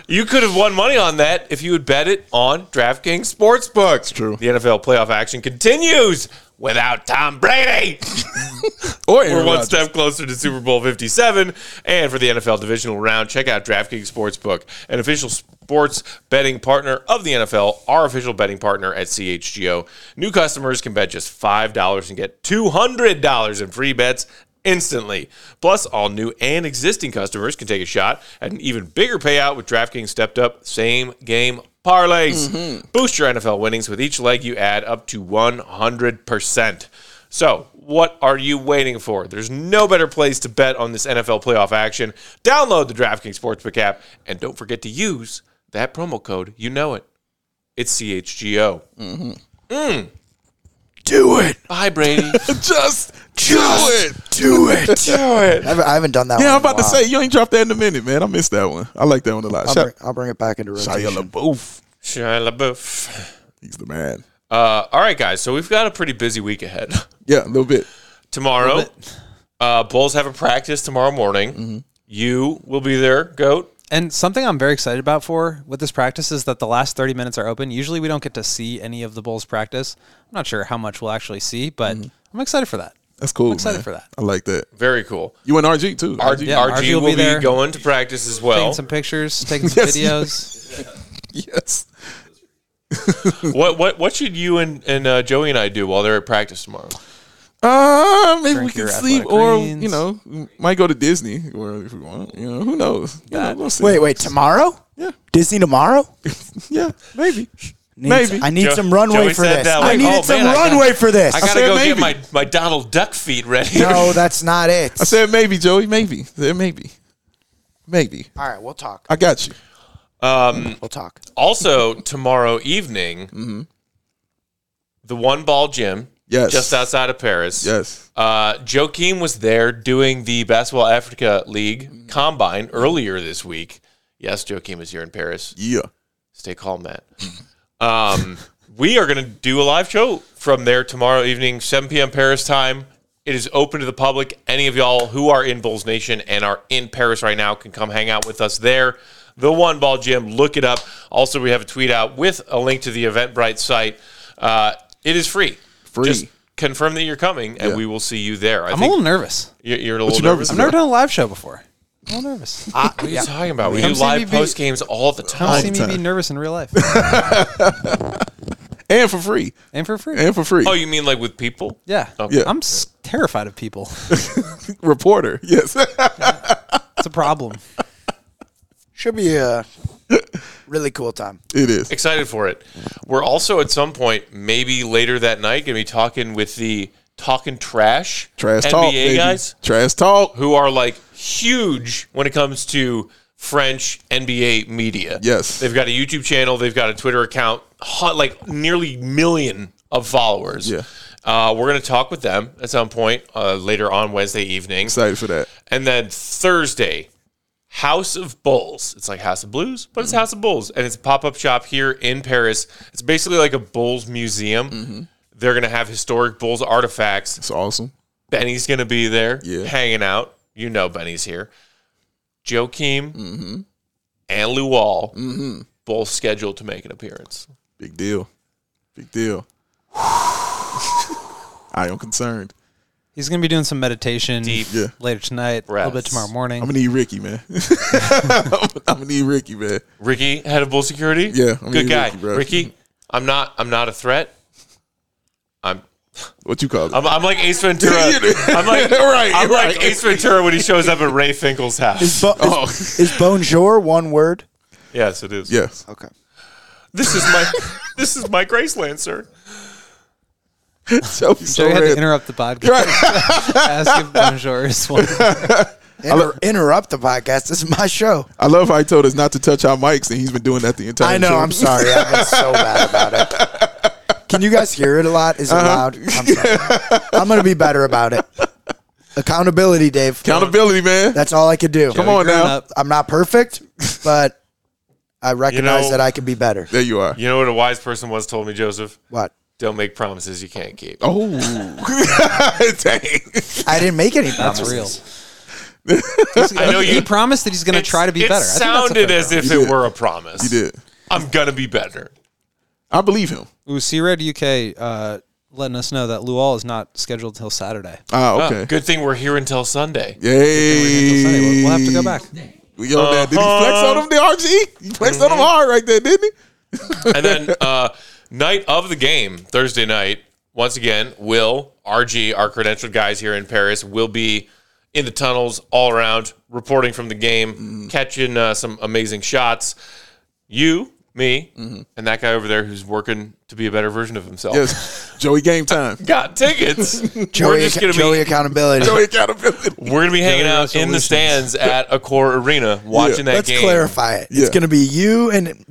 [SPEAKER 1] you could have won money on that if you had bet it on DraftKings Sportsbook. It's
[SPEAKER 2] true.
[SPEAKER 1] The NFL playoff action continues without Tom Brady.
[SPEAKER 2] Or
[SPEAKER 1] We're one
[SPEAKER 2] Aaron Rodgers.
[SPEAKER 1] step closer to Super Bowl 57. And for the NFL divisional round, check out DraftKings Sportsbook, an official sports betting partner of the NFL, our official betting partner at CHGO. New customers can bet just $5 and get $200 in free bets instantly. Plus, all new and existing customers can take a shot at an even bigger payout with DraftKings stepped up same game parlays. Boost your NFL winnings with each leg you add up to 100%. So, what are you waiting for? There's no better place to bet on this NFL playoff action. Download the DraftKings Sportsbook app and don't forget to use that promo code. You know it. It's CHGO.
[SPEAKER 4] Do it.
[SPEAKER 1] Bye, Brady.
[SPEAKER 2] Just do it.
[SPEAKER 4] Do it. Do it. I haven't, I haven't done that
[SPEAKER 2] Yeah, I'm
[SPEAKER 4] one. in a
[SPEAKER 2] about to
[SPEAKER 4] while.
[SPEAKER 2] say, you ain't dropped that in a minute, man. I missed that one. I like that one a lot.
[SPEAKER 4] I'll
[SPEAKER 2] Shout
[SPEAKER 4] bring, I'll bring it back into
[SPEAKER 2] Shia
[SPEAKER 4] rotation.
[SPEAKER 2] LaBeouf.
[SPEAKER 1] Shia LaBeouf.
[SPEAKER 2] He's the man.
[SPEAKER 1] Uh, all right, guys. So, we've got a pretty busy week ahead.
[SPEAKER 2] Yeah, a little bit.
[SPEAKER 1] Tomorrow, uh, Bulls have a practice tomorrow morning.
[SPEAKER 3] Mm-hmm.
[SPEAKER 1] You will be there, Goat.
[SPEAKER 3] And something I'm very excited about for with this practice is that the last 30 minutes are open. Usually we don't get to see any of the Bulls practice. I'm not sure how much we'll actually see, but
[SPEAKER 2] Mm.
[SPEAKER 3] I'm excited for that.
[SPEAKER 2] That's cool. I'm
[SPEAKER 3] excited for that.
[SPEAKER 2] I like that.
[SPEAKER 1] Very cool.
[SPEAKER 2] You and RG too.
[SPEAKER 1] R-
[SPEAKER 2] RG.
[SPEAKER 3] Yeah,
[SPEAKER 1] RG, will be,
[SPEAKER 3] there.
[SPEAKER 1] going to practice as well.
[SPEAKER 3] Taking some pictures, taking some
[SPEAKER 2] Yes.
[SPEAKER 3] videos.
[SPEAKER 2] Yes.
[SPEAKER 1] what what what should you and, and uh, Joey and I do while they're at practice tomorrow?
[SPEAKER 2] Uh, maybe
[SPEAKER 3] Drink
[SPEAKER 2] we
[SPEAKER 3] your
[SPEAKER 2] can sleep,
[SPEAKER 3] athletic
[SPEAKER 2] or
[SPEAKER 3] greens.
[SPEAKER 2] you know, we might go to Disney, or if we want, you know, who knows? You know, we'll see.
[SPEAKER 4] Wait, wait. Tomorrow?
[SPEAKER 2] Yeah.
[SPEAKER 4] Disney tomorrow?
[SPEAKER 2] yeah, maybe,
[SPEAKER 4] Need-
[SPEAKER 2] maybe.
[SPEAKER 4] I need
[SPEAKER 1] Joe-
[SPEAKER 4] some runway
[SPEAKER 1] Joey
[SPEAKER 4] for
[SPEAKER 1] said
[SPEAKER 4] this.
[SPEAKER 1] that,
[SPEAKER 4] I
[SPEAKER 1] like,
[SPEAKER 4] needed
[SPEAKER 1] oh,
[SPEAKER 4] some
[SPEAKER 1] man, I got-
[SPEAKER 4] runway for this.
[SPEAKER 1] I gotta
[SPEAKER 2] said
[SPEAKER 1] go get
[SPEAKER 2] maybe.
[SPEAKER 1] my, my Donald Duck feet ready.
[SPEAKER 4] no, that's not it.
[SPEAKER 2] I said maybe, Joey. Maybe. There maybe. Maybe.
[SPEAKER 4] All right, we'll talk.
[SPEAKER 2] I got you.
[SPEAKER 1] Mm.
[SPEAKER 4] We'll talk.
[SPEAKER 1] Also tomorrow evening, the One Ball Gym,
[SPEAKER 2] Mm-hmm. Yes.
[SPEAKER 1] just outside of Paris.
[SPEAKER 2] Yes.
[SPEAKER 1] Uh, Joakim was there doing the Basketball Africa
[SPEAKER 2] Mm.
[SPEAKER 1] League combine earlier this week. Yes, Joakim is here in Paris.
[SPEAKER 2] Yeah.
[SPEAKER 1] Stay calm, Matt. Um, we are going to do a live show from there tomorrow evening, 7 p.m. Paris time. It is open to the public. Any of y'all who are in Bulls Nation and are in Paris right now can come hang out with us there. The One Ball Gym, look it up. Also, we have a tweet out with a link to the Eventbrite site. Uh, it is free.
[SPEAKER 2] Free.
[SPEAKER 1] Just confirm that you're coming, and
[SPEAKER 2] Yeah.
[SPEAKER 1] we will see you there. I
[SPEAKER 3] I'm a
[SPEAKER 1] think
[SPEAKER 3] little nervous.
[SPEAKER 1] you're, you're a little
[SPEAKER 2] you nervous
[SPEAKER 1] nervous.
[SPEAKER 3] I've never done a live show before. I'm a little nervous. I
[SPEAKER 1] What are you talking about? We do
[SPEAKER 3] Come see me
[SPEAKER 1] live
[SPEAKER 3] be-
[SPEAKER 1] post games all the
[SPEAKER 3] don't
[SPEAKER 1] time.
[SPEAKER 3] see me be
[SPEAKER 2] time.
[SPEAKER 3] nervous in real life.
[SPEAKER 2] And for free.
[SPEAKER 3] and for free.
[SPEAKER 2] And for free.
[SPEAKER 1] Oh, you mean like with people?
[SPEAKER 3] yeah.
[SPEAKER 1] Okay.
[SPEAKER 2] Yeah.
[SPEAKER 3] I'm s- terrified of people.
[SPEAKER 2] Reporter. Yes.
[SPEAKER 3] It's a problem.
[SPEAKER 4] Should be a really cool time.
[SPEAKER 2] it is.
[SPEAKER 1] excited for it. We're also at some point, maybe later that night, gonna be talking with the talking trash,
[SPEAKER 2] Trash
[SPEAKER 1] NBA
[SPEAKER 2] talk. baby.
[SPEAKER 1] guys
[SPEAKER 2] Trash talk.
[SPEAKER 1] who are like huge when it comes to French NBA media.
[SPEAKER 2] Yes.
[SPEAKER 1] they've got a YouTube channel, they've got a Twitter account, hot, like nearly million of followers.
[SPEAKER 2] Yeah.
[SPEAKER 1] Uh, we're going to talk with them at some point uh, later on Wednesday evening.
[SPEAKER 2] Excited for that.
[SPEAKER 1] And then Thursday, House of Bulls. It's like House of Blues, but it's
[SPEAKER 2] Mm-hmm.
[SPEAKER 1] House of Bulls. And it's a pop up shop here in Paris. It's basically like a Bulls museum.
[SPEAKER 2] Mm-hmm.
[SPEAKER 1] They're going to have historic Bulls artifacts.
[SPEAKER 2] It's awesome.
[SPEAKER 1] Benny's going to be there
[SPEAKER 2] Yeah.
[SPEAKER 1] hanging out. You know Benny's here. Joakim
[SPEAKER 2] Mm-hmm.
[SPEAKER 1] and Luol both scheduled to make an appearance.
[SPEAKER 2] Big deal. Big deal. I am concerned.
[SPEAKER 3] He's going to be doing some meditation
[SPEAKER 1] Deep
[SPEAKER 2] Yeah.
[SPEAKER 3] later tonight, a little bit
[SPEAKER 1] breaths.
[SPEAKER 3] tomorrow morning.
[SPEAKER 2] I'm gonna need Ricky, man. I'm gonna need Ricky, man.
[SPEAKER 1] Ricky, head of bull security.
[SPEAKER 2] Yeah, I mean,
[SPEAKER 1] good guy.
[SPEAKER 2] Ricky, bro.
[SPEAKER 1] Ricky, I'm not. I'm not a threat. I'm.
[SPEAKER 2] What you call it?
[SPEAKER 1] I'm, I'm like Ace Ventura. I'm like
[SPEAKER 2] Right,
[SPEAKER 1] I'm
[SPEAKER 2] right.
[SPEAKER 1] like Ace Ventura when he shows up at Ray Finkel's house.
[SPEAKER 4] Bo-
[SPEAKER 2] Oh.
[SPEAKER 4] is, is bonjour one word?
[SPEAKER 1] Yes, it is.
[SPEAKER 2] yes.
[SPEAKER 4] Okay.
[SPEAKER 1] This is my. this is my Graceland, sir.
[SPEAKER 2] Joey's so
[SPEAKER 3] Joey had to
[SPEAKER 2] red.
[SPEAKER 3] interrupt the podcast. Ask if Bonjour is one.
[SPEAKER 4] Inter- interrupt the podcast. This is my show.
[SPEAKER 2] I love how he told us not to touch our mics, and he's been doing that the entire.
[SPEAKER 4] I know.
[SPEAKER 2] show.
[SPEAKER 4] I'm sorry. I've been so bad about it. Can you guys hear it a lot? Is it
[SPEAKER 1] Uh-huh.
[SPEAKER 4] loud? I'm sorry. I'm gonna be better about it. Accountability, Dave.
[SPEAKER 2] Accountability, man.
[SPEAKER 4] That's all I could do.
[SPEAKER 2] Come on
[SPEAKER 3] Grown
[SPEAKER 2] now.
[SPEAKER 3] up.
[SPEAKER 4] I'm not perfect, but I recognize
[SPEAKER 1] know-
[SPEAKER 4] that I could be better.
[SPEAKER 2] There you are.
[SPEAKER 1] You know what a wise person once told me, Joseph?
[SPEAKER 4] What?
[SPEAKER 1] Don't make promises you can't keep.
[SPEAKER 2] Oh, dang.
[SPEAKER 4] I didn't make any
[SPEAKER 3] That's
[SPEAKER 4] promises.
[SPEAKER 3] real.
[SPEAKER 1] I know
[SPEAKER 3] He
[SPEAKER 1] you-
[SPEAKER 3] promised that he's going to
[SPEAKER 1] It's-
[SPEAKER 3] try to be
[SPEAKER 1] it
[SPEAKER 3] better. I think that's a
[SPEAKER 1] sounded
[SPEAKER 3] fair
[SPEAKER 1] as if
[SPEAKER 2] You
[SPEAKER 1] it
[SPEAKER 2] did.
[SPEAKER 1] were a promise.
[SPEAKER 2] You did.
[SPEAKER 1] I'm gonna be better.
[SPEAKER 2] I believe him.
[SPEAKER 3] Ooh, Sea Red UK uh, letting us know that Luol is not scheduled till Saturday.
[SPEAKER 2] Ah,
[SPEAKER 1] Oh,
[SPEAKER 2] okay.
[SPEAKER 1] good thing we're here until Sunday.
[SPEAKER 3] Till Sunday.
[SPEAKER 2] Yay.
[SPEAKER 3] We'll, we'll have to go back.
[SPEAKER 2] Yo, man, did he flex on him, the RG? He flexed on him hard right there, didn't he?
[SPEAKER 1] And then uh, night of the game, Thursday night, once again, Will, RG, our credentialed guys here in Paris, will be in the tunnels all around, reporting from the game, catching uh, some amazing shots. You, me, and that guy over there who's working to be a better version of himself
[SPEAKER 2] Yes. Joey game time.
[SPEAKER 1] got tickets.
[SPEAKER 4] Joey,
[SPEAKER 1] we're just gonna
[SPEAKER 4] Joey
[SPEAKER 1] be
[SPEAKER 4] accountability.
[SPEAKER 2] Joey accountability.
[SPEAKER 1] we're gonna be hanging
[SPEAKER 3] Joey
[SPEAKER 1] out in the
[SPEAKER 3] Resolutions.
[SPEAKER 1] stands at Accor Arena watching that
[SPEAKER 4] Let's
[SPEAKER 1] game.
[SPEAKER 4] clarify it.
[SPEAKER 2] Yeah.
[SPEAKER 4] It's going to be you and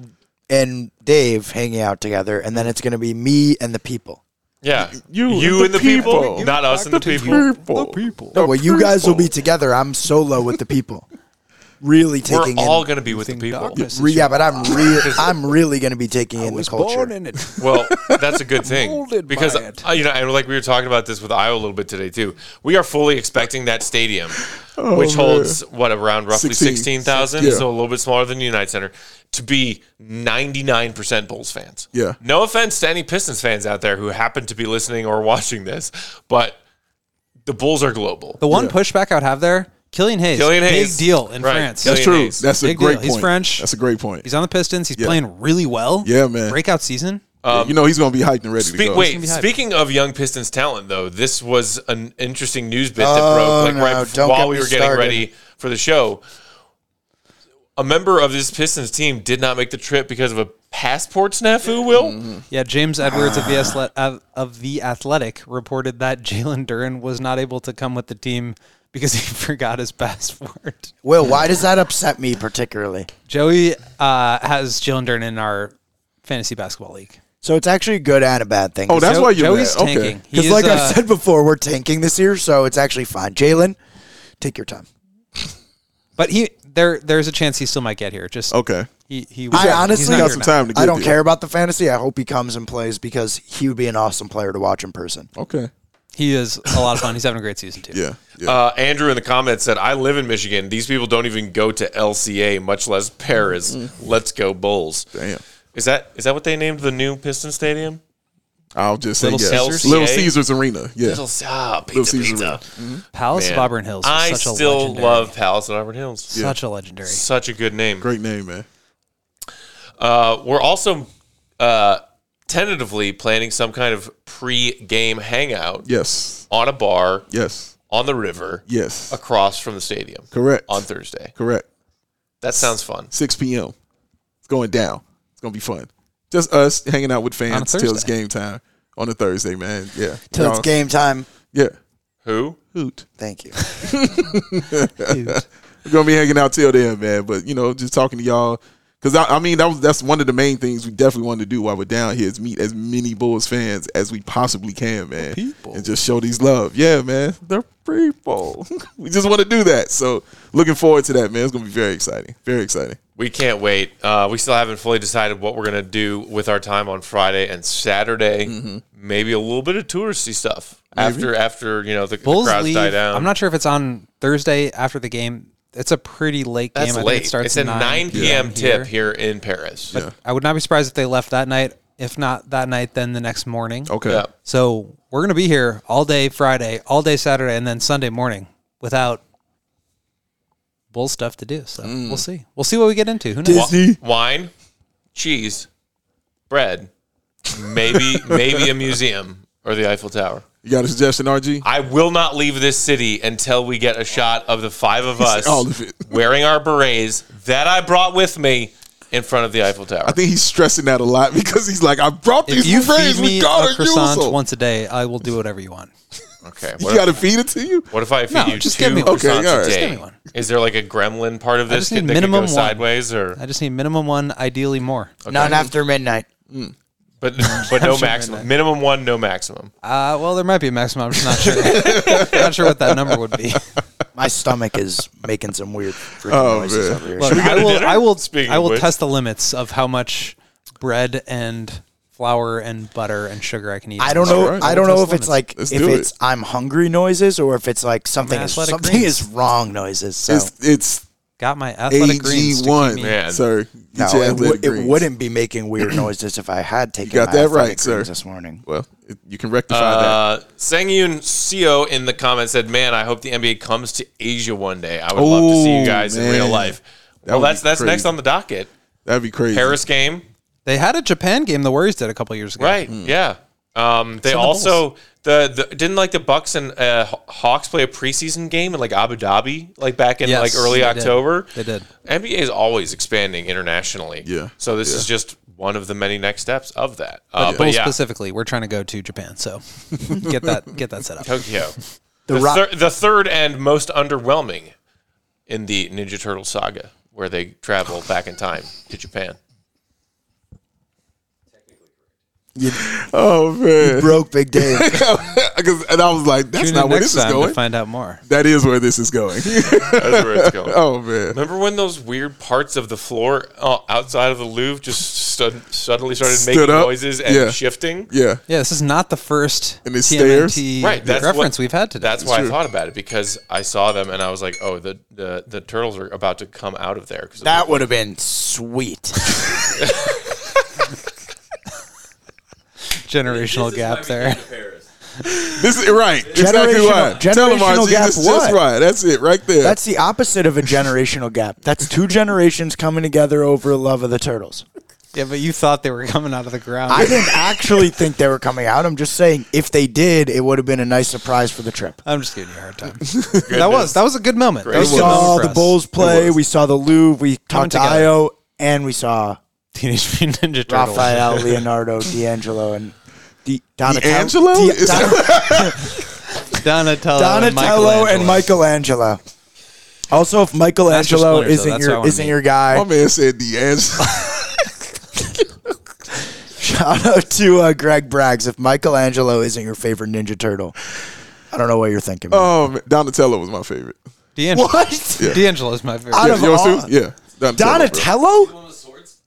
[SPEAKER 4] and Dave hanging out together, and then it's going to be me and the people.
[SPEAKER 1] Yeah,
[SPEAKER 2] You
[SPEAKER 1] you and the people, not us and the people.
[SPEAKER 2] The people.
[SPEAKER 4] No, well, you guys will be together. I'm solo with the people. Really taking
[SPEAKER 1] We're all
[SPEAKER 4] in.
[SPEAKER 1] going to be with the people.
[SPEAKER 3] Darkness
[SPEAKER 4] Re-
[SPEAKER 3] is
[SPEAKER 4] yeah, but I'm re- I'm really going to be taking in the culture.
[SPEAKER 3] it.
[SPEAKER 1] Well, that's a good thing
[SPEAKER 3] Molded by
[SPEAKER 1] because
[SPEAKER 3] it.
[SPEAKER 1] uh, you know, and like we were talking about this with Iowa a little bit today too. We are fully expecting that stadium, which holds what around roughly
[SPEAKER 2] 16.
[SPEAKER 1] sixteen thousand,
[SPEAKER 2] Yeah.
[SPEAKER 1] so a little bit smaller than the United Center, to be ninety nine percent Bulls fans.
[SPEAKER 2] Yeah.
[SPEAKER 1] No offense to any Pistons fans out there who happen to be listening or watching this, but the Bulls are global.
[SPEAKER 3] The one pushback I would have there, Killian Hayes.
[SPEAKER 1] Killian Hayes.
[SPEAKER 3] Big deal in
[SPEAKER 1] Right.
[SPEAKER 3] France.
[SPEAKER 1] Killian
[SPEAKER 2] That's true.
[SPEAKER 1] Hayes.
[SPEAKER 2] That's a
[SPEAKER 3] Big deal.
[SPEAKER 2] great point.
[SPEAKER 3] He's French.
[SPEAKER 2] That's a great point.
[SPEAKER 3] He's on the Pistons. He's playing really well.
[SPEAKER 2] Yeah, man.
[SPEAKER 3] Breakout season.
[SPEAKER 2] you know he's going to be hyped and ready to
[SPEAKER 1] Speak-
[SPEAKER 2] go.
[SPEAKER 1] wait,
[SPEAKER 3] be hype.
[SPEAKER 1] speaking of young Pistons talent, though, this was an interesting news bit that
[SPEAKER 4] Oh,
[SPEAKER 1] broke like
[SPEAKER 4] no,
[SPEAKER 1] right before,
[SPEAKER 4] don't
[SPEAKER 1] while
[SPEAKER 4] get
[SPEAKER 1] we
[SPEAKER 4] me
[SPEAKER 1] were getting
[SPEAKER 4] started.
[SPEAKER 1] ready for the show. A member of this Pistons team did not make the trip because of a passport snafu. Will
[SPEAKER 4] Mm-hmm.
[SPEAKER 3] Yeah, James Edwards of the Athle- of- of the Athletic reported that Jalen Duran was not able to come with the team because he forgot his passport.
[SPEAKER 4] Will, why does that upset me particularly?
[SPEAKER 3] Joey uh, has Jalen Duran in our fantasy basketball league.
[SPEAKER 4] So it's actually a good and a bad thing.
[SPEAKER 2] Oh, that's
[SPEAKER 3] Jo-
[SPEAKER 2] why you're
[SPEAKER 3] Joey's
[SPEAKER 2] mad. Okay.
[SPEAKER 3] tanking. He
[SPEAKER 4] Because,
[SPEAKER 3] is,
[SPEAKER 4] like
[SPEAKER 3] uh,
[SPEAKER 4] I've said before, we're tanking this year, so it's actually fine. Jalen, take your time.
[SPEAKER 3] but he there there's a chance he still might get here. Just
[SPEAKER 2] Okay.
[SPEAKER 3] He he.
[SPEAKER 4] I
[SPEAKER 3] he's
[SPEAKER 4] honestly
[SPEAKER 3] not
[SPEAKER 2] got
[SPEAKER 3] here
[SPEAKER 2] some
[SPEAKER 3] now.
[SPEAKER 2] time to get
[SPEAKER 4] I don't
[SPEAKER 2] there.
[SPEAKER 4] care about the fantasy. I hope he comes and plays because he would be an awesome player to watch in person.
[SPEAKER 2] Okay.
[SPEAKER 3] He is a lot of fun. He's having a great season too.
[SPEAKER 2] Yeah. yeah.
[SPEAKER 1] uh, Andrew in the comments said, "I live in Michigan. These people don't even go to LCA, much less Paris.
[SPEAKER 4] Mm-hmm.
[SPEAKER 1] Let's go Bulls."
[SPEAKER 2] Damn.
[SPEAKER 1] Is that is that what they named the new Piston Stadium?
[SPEAKER 2] I'll just say
[SPEAKER 3] Little
[SPEAKER 2] yes.
[SPEAKER 1] Caesars?
[SPEAKER 2] Little
[SPEAKER 1] LCA?
[SPEAKER 2] Caesars Arena. Yeah.
[SPEAKER 1] Little, ah, pizza,
[SPEAKER 2] Little Caesar
[SPEAKER 1] pizza.
[SPEAKER 2] Arena.
[SPEAKER 3] Palace of
[SPEAKER 1] Man,
[SPEAKER 3] Auburn Hills. Is
[SPEAKER 1] I
[SPEAKER 3] such a
[SPEAKER 1] still
[SPEAKER 3] legendary-
[SPEAKER 1] love Palace and Auburn Hills.
[SPEAKER 3] Such a legendary.
[SPEAKER 1] Such a good name.
[SPEAKER 2] Great name, man.
[SPEAKER 1] Uh, we're also uh, tentatively planning some kind of pre-game hangout
[SPEAKER 2] Yes.
[SPEAKER 1] on a bar
[SPEAKER 2] Yes.
[SPEAKER 1] on the river
[SPEAKER 2] Yes.
[SPEAKER 1] across from the stadium
[SPEAKER 2] Correct.
[SPEAKER 1] on Thursday.
[SPEAKER 2] Correct.
[SPEAKER 1] That sounds fun.
[SPEAKER 2] 6 p.m. It's going down. It's going to be fun. Just us hanging out with fans till it's
[SPEAKER 3] Thursday.
[SPEAKER 2] game time on a Thursday, man. Yeah.
[SPEAKER 4] Till it's
[SPEAKER 2] Y'all-
[SPEAKER 4] game time.
[SPEAKER 2] Yeah.
[SPEAKER 1] Who?
[SPEAKER 2] Hoot.
[SPEAKER 4] Thank you.
[SPEAKER 2] We're gonna be hanging out till then, man. But you know, just talking to y'all, because I, I mean that was that's one of the main things we definitely wanted to do while we're down here is meet as many Bulls fans as we possibly can, man, and just show these love. Yeah, man, they're people. we just want to do that. So looking forward to that, man. It's gonna be very exciting. Very exciting.
[SPEAKER 1] We can't wait. Uh, we still haven't fully decided what we're gonna do with our time on Friday and Saturday. Maybe a little bit of touristy stuff after after you know the, the
[SPEAKER 3] Bulls
[SPEAKER 1] crowds
[SPEAKER 3] leave.
[SPEAKER 1] die down.
[SPEAKER 3] I'm not sure if it's on Thursday after the game. It's a pretty late game.
[SPEAKER 1] That's
[SPEAKER 3] I
[SPEAKER 1] late.
[SPEAKER 3] Think it starts
[SPEAKER 1] it's a 9, p.m.
[SPEAKER 3] here.
[SPEAKER 1] tip here in Paris.
[SPEAKER 3] But I would not be surprised if they left that night. If not that night, then the next morning.
[SPEAKER 2] Okay.
[SPEAKER 1] Yeah.
[SPEAKER 3] So we're gonna be here all day Friday, all day Saturday, and then Sunday morning without bull stuff to do. So we'll see. We'll see what we get into. Who knows?
[SPEAKER 1] Wi- wine, cheese, bread, maybe maybe a museum or the Eiffel Tower.
[SPEAKER 2] You got a suggestion, RG?
[SPEAKER 1] I will not leave this city until we get a shot of the five of us
[SPEAKER 2] all of it.
[SPEAKER 1] wearing our berets that I brought with me in front of the Eiffel Tower.
[SPEAKER 2] I think he's stressing that a lot because he's like, I brought
[SPEAKER 3] If
[SPEAKER 2] these
[SPEAKER 3] you
[SPEAKER 2] friends.
[SPEAKER 3] feed
[SPEAKER 2] We
[SPEAKER 3] me
[SPEAKER 2] gotta
[SPEAKER 3] a
[SPEAKER 2] use
[SPEAKER 3] croissant
[SPEAKER 2] them.
[SPEAKER 3] once a day, I will do whatever you want.
[SPEAKER 1] okay.
[SPEAKER 2] you
[SPEAKER 1] What,
[SPEAKER 2] gotta feed it to you.
[SPEAKER 1] what if I feed
[SPEAKER 3] No,
[SPEAKER 1] you
[SPEAKER 3] just
[SPEAKER 1] two
[SPEAKER 3] give me one.
[SPEAKER 1] croissants
[SPEAKER 2] Okay, all right.
[SPEAKER 1] a
[SPEAKER 2] Just
[SPEAKER 1] day?
[SPEAKER 3] give me one.
[SPEAKER 1] Is there like a gremlin part of this
[SPEAKER 3] just need
[SPEAKER 1] that could
[SPEAKER 3] minimum
[SPEAKER 1] go
[SPEAKER 3] one.
[SPEAKER 1] sideways or
[SPEAKER 3] I just need minimum one, ideally more.
[SPEAKER 4] None after midnight.
[SPEAKER 1] but but no maximum minimum one no maximum.
[SPEAKER 3] Uh, well, there might be a maximum. I'm just not sure. not sure what that number would be.
[SPEAKER 4] My stomach is making some weird freaking
[SPEAKER 2] Oh,
[SPEAKER 4] noises
[SPEAKER 2] man.
[SPEAKER 4] over here.
[SPEAKER 3] Look,
[SPEAKER 1] we go
[SPEAKER 3] I
[SPEAKER 1] to
[SPEAKER 3] will.
[SPEAKER 1] dinner?
[SPEAKER 3] I will.
[SPEAKER 1] Speaking
[SPEAKER 3] I
[SPEAKER 1] of
[SPEAKER 3] will
[SPEAKER 1] which.
[SPEAKER 3] test the limits of how much bread and flour and butter and sugar I can eat.
[SPEAKER 4] I don't know.
[SPEAKER 2] right.
[SPEAKER 4] I don't know
[SPEAKER 3] Let's
[SPEAKER 4] if it's
[SPEAKER 3] limit.
[SPEAKER 4] like
[SPEAKER 2] Let's
[SPEAKER 4] if
[SPEAKER 2] do it.
[SPEAKER 4] it's I'm hungry noises or if it's like something is
[SPEAKER 3] athletic
[SPEAKER 4] something
[SPEAKER 3] greens.
[SPEAKER 4] is wrong noises. So
[SPEAKER 2] It's it's
[SPEAKER 3] Got my athletic
[SPEAKER 2] AG
[SPEAKER 3] greens. to keep
[SPEAKER 2] one,
[SPEAKER 3] me-
[SPEAKER 1] Man.
[SPEAKER 2] sir.
[SPEAKER 4] no,
[SPEAKER 2] Get your
[SPEAKER 4] it,
[SPEAKER 2] athletic
[SPEAKER 4] wou- it
[SPEAKER 2] greens.
[SPEAKER 4] wouldn't be making weird noises if I had taken
[SPEAKER 2] got
[SPEAKER 4] my
[SPEAKER 2] that
[SPEAKER 4] athletic
[SPEAKER 2] right, sir.
[SPEAKER 4] greens this morning.
[SPEAKER 2] Well, it, you can rectify
[SPEAKER 1] Uh, Sangyun Seo E in the comments said, "Man, I hope the NBA comes to Asia one day. I would love to see you
[SPEAKER 2] Oh,
[SPEAKER 1] guys in
[SPEAKER 2] man.
[SPEAKER 1] real life."
[SPEAKER 2] That
[SPEAKER 1] well,
[SPEAKER 2] would
[SPEAKER 1] that's
[SPEAKER 2] be
[SPEAKER 1] that's
[SPEAKER 2] crazy.
[SPEAKER 1] next on the docket.
[SPEAKER 2] that. That'd be crazy.
[SPEAKER 1] Paris game,
[SPEAKER 3] They had a Japan game. The Warriors did a couple years ago.
[SPEAKER 1] right?
[SPEAKER 2] Hmm.
[SPEAKER 1] Yeah. Um, they
[SPEAKER 3] the
[SPEAKER 1] also the, the didn't like the Bucks and uh, Haw- Hawks play a preseason game in like Abu Dhabi, like back in
[SPEAKER 3] Yes,
[SPEAKER 1] like early
[SPEAKER 3] they did.
[SPEAKER 1] October.
[SPEAKER 3] They did.
[SPEAKER 1] NBA is always expanding internationally.
[SPEAKER 2] Yeah.
[SPEAKER 1] So this is just one of the many next steps of that. Uh, but,
[SPEAKER 3] Bulls
[SPEAKER 1] yeah,
[SPEAKER 3] specifically, we're trying to go to Japan, so get that get that set up.
[SPEAKER 1] Tokyo.
[SPEAKER 4] The,
[SPEAKER 1] the,
[SPEAKER 4] Rock-
[SPEAKER 1] thir- the third and most underwhelming in the Ninja Turtle saga, where they travel back in time to Japan.
[SPEAKER 2] oh man,
[SPEAKER 4] broke Big Dave.
[SPEAKER 2] 'Cause- and I was like, that's
[SPEAKER 3] Tune
[SPEAKER 2] not
[SPEAKER 3] in
[SPEAKER 2] where
[SPEAKER 3] next
[SPEAKER 2] this is
[SPEAKER 3] time
[SPEAKER 2] going.
[SPEAKER 3] to find out more.
[SPEAKER 2] that is where this is going.
[SPEAKER 1] That's where it's going.
[SPEAKER 2] oh man,
[SPEAKER 1] Remember when those weird parts of the floor uh, outside of the Louvre just stud- suddenly started
[SPEAKER 2] Stood
[SPEAKER 1] making
[SPEAKER 2] up?
[SPEAKER 1] noises and
[SPEAKER 2] Yeah.
[SPEAKER 1] shifting?
[SPEAKER 2] yeah.
[SPEAKER 3] Yeah, this is not the first
[SPEAKER 2] And it's
[SPEAKER 3] TMNT
[SPEAKER 1] Right, that's what-
[SPEAKER 3] reference we've had today.
[SPEAKER 1] That's why I thought about it because I saw them and I was like, "Oh, the the, the turtles are about to come out of there." 'cause of
[SPEAKER 4] that would have been sweet.
[SPEAKER 3] generational gap there.
[SPEAKER 2] This is right. Exactly
[SPEAKER 4] Generational-
[SPEAKER 2] why. Tell them,
[SPEAKER 4] generational
[SPEAKER 2] RG,
[SPEAKER 4] gap
[SPEAKER 2] this is just
[SPEAKER 4] what?
[SPEAKER 2] right. That's it, right there.
[SPEAKER 4] That's the opposite of a generational gap. That's two generations coming together over a love of the turtles.
[SPEAKER 3] Yeah, but you thought they were coming out of the ground.
[SPEAKER 4] I didn't actually think they were coming out. I'm just saying if they did, it would have been a nice surprise for the trip.
[SPEAKER 3] I'm just giving you a hard time. that was that was a good moment. That
[SPEAKER 1] Great
[SPEAKER 3] was a
[SPEAKER 4] We
[SPEAKER 3] good
[SPEAKER 1] one.
[SPEAKER 4] saw
[SPEAKER 3] moment for
[SPEAKER 4] the
[SPEAKER 3] us.
[SPEAKER 4] Bulls play. We saw the Louvre. We
[SPEAKER 3] Coming
[SPEAKER 4] talked to
[SPEAKER 3] together.
[SPEAKER 4] Io, and we saw
[SPEAKER 3] Teenage Mutant Ninja Turtles.
[SPEAKER 4] Raphael, Leonardo, D'Angelo, and Di- Donatello.
[SPEAKER 2] D'Angelo?
[SPEAKER 4] Di-
[SPEAKER 2] Is
[SPEAKER 4] Don-
[SPEAKER 3] Donatello, and Uh,
[SPEAKER 4] Donatello
[SPEAKER 3] Michelangelo.
[SPEAKER 4] and Michelangelo. Also, if Michelangelo
[SPEAKER 3] That's your splinter, though.
[SPEAKER 4] isn't
[SPEAKER 3] That's what I
[SPEAKER 4] your
[SPEAKER 3] wanna
[SPEAKER 4] isn't
[SPEAKER 3] meet.
[SPEAKER 4] your
[SPEAKER 2] my
[SPEAKER 4] guy,
[SPEAKER 2] man said D'Angelo.
[SPEAKER 4] shout out to uh, Greg Braggs. If Michelangelo isn't your favorite Ninja Turtle, I don't know what you're thinking. man.
[SPEAKER 2] oh, man. Donatello was my favorite.
[SPEAKER 3] D'Angelo.
[SPEAKER 4] what?
[SPEAKER 3] D'Angelo is my favorite.
[SPEAKER 4] Out
[SPEAKER 2] Yeah,
[SPEAKER 4] of
[SPEAKER 2] yours
[SPEAKER 4] all-
[SPEAKER 2] too? Yeah. Donatello. bro.
[SPEAKER 4] Donatello?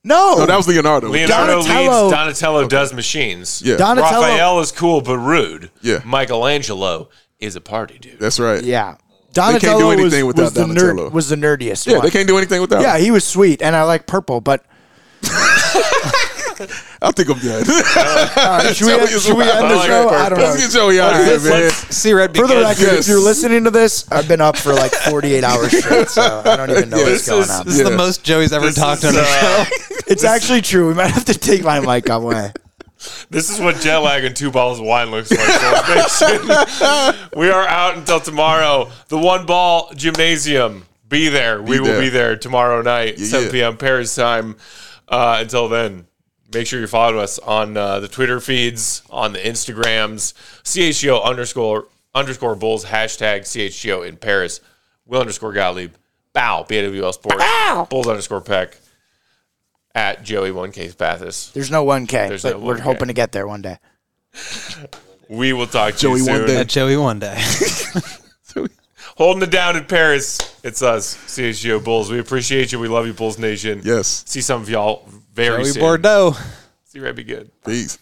[SPEAKER 4] No.
[SPEAKER 2] No, that was Leonardo.
[SPEAKER 1] Leonardo
[SPEAKER 4] Donatello-
[SPEAKER 1] leads. Donatello does machines.
[SPEAKER 2] Yeah.
[SPEAKER 4] Donatello-
[SPEAKER 1] Raphael is cool but rude.
[SPEAKER 2] Yeah.
[SPEAKER 1] Michelangelo is a party dude.
[SPEAKER 2] That's right.
[SPEAKER 4] yeah.
[SPEAKER 2] can't do
[SPEAKER 4] Donatello was,
[SPEAKER 2] anything without
[SPEAKER 4] was the
[SPEAKER 2] Donatello.
[SPEAKER 4] nerd was the nerdiest.
[SPEAKER 2] Yeah,
[SPEAKER 4] one.
[SPEAKER 2] they can't do anything without.
[SPEAKER 4] Yeah,
[SPEAKER 2] Yeah,
[SPEAKER 4] he was sweet, and I like purple. But
[SPEAKER 2] I think I'm done.
[SPEAKER 4] uh, should we,
[SPEAKER 2] Joey is
[SPEAKER 4] should we
[SPEAKER 2] wild.
[SPEAKER 4] end the
[SPEAKER 1] I like
[SPEAKER 4] show?
[SPEAKER 1] purple.
[SPEAKER 4] I don't know.
[SPEAKER 2] Let's get Joey out of here, man.
[SPEAKER 3] See Red
[SPEAKER 4] For the
[SPEAKER 3] Beacon.
[SPEAKER 4] record,
[SPEAKER 2] Yes.
[SPEAKER 4] if you're listening to this, I've been up for like 48 hours straight, so I don't even know
[SPEAKER 2] Yes.
[SPEAKER 4] what's going
[SPEAKER 1] This is-
[SPEAKER 4] on.
[SPEAKER 3] This is
[SPEAKER 2] Yeah.
[SPEAKER 3] the most Joey's ever
[SPEAKER 1] This
[SPEAKER 3] talked
[SPEAKER 1] is,
[SPEAKER 3] on a
[SPEAKER 1] uh,
[SPEAKER 3] show.
[SPEAKER 4] It's actually true. We might have to take my mic away.
[SPEAKER 1] This is what jet lag and two bottles of wine looks like. Fourth Nation. we are out until tomorrow. The one ball gymnasium. Be there. we will
[SPEAKER 2] there.
[SPEAKER 1] be there tomorrow night,
[SPEAKER 2] Yeah,
[SPEAKER 1] 7
[SPEAKER 2] yeah.
[SPEAKER 1] p.m. Paris time. Uh, until then, make sure you follow us on uh, the Twitter feeds, on the Instagrams, CHGO underscore underscore bulls, hashtag CHGO in Paris, Will underscore Gottlieb, Bow, BWL Sports, Bulls underscore Peck, at Joey One Case Bathis.
[SPEAKER 4] There's no 1K,
[SPEAKER 1] There's
[SPEAKER 4] but
[SPEAKER 1] no
[SPEAKER 4] we're
[SPEAKER 1] 1K.
[SPEAKER 4] hoping to get there one day.
[SPEAKER 1] We will talk to
[SPEAKER 2] Joey
[SPEAKER 1] you soon.
[SPEAKER 2] One Day.
[SPEAKER 3] At Joey one day.
[SPEAKER 1] holding it down in Paris. It's us, CSGO Bulls. We appreciate you. We love you, Bulls Nation.
[SPEAKER 2] Yes.
[SPEAKER 1] See some of y'all very
[SPEAKER 3] Joey
[SPEAKER 1] soon.
[SPEAKER 3] Bordeaux.
[SPEAKER 1] See you right be good.
[SPEAKER 2] Peace.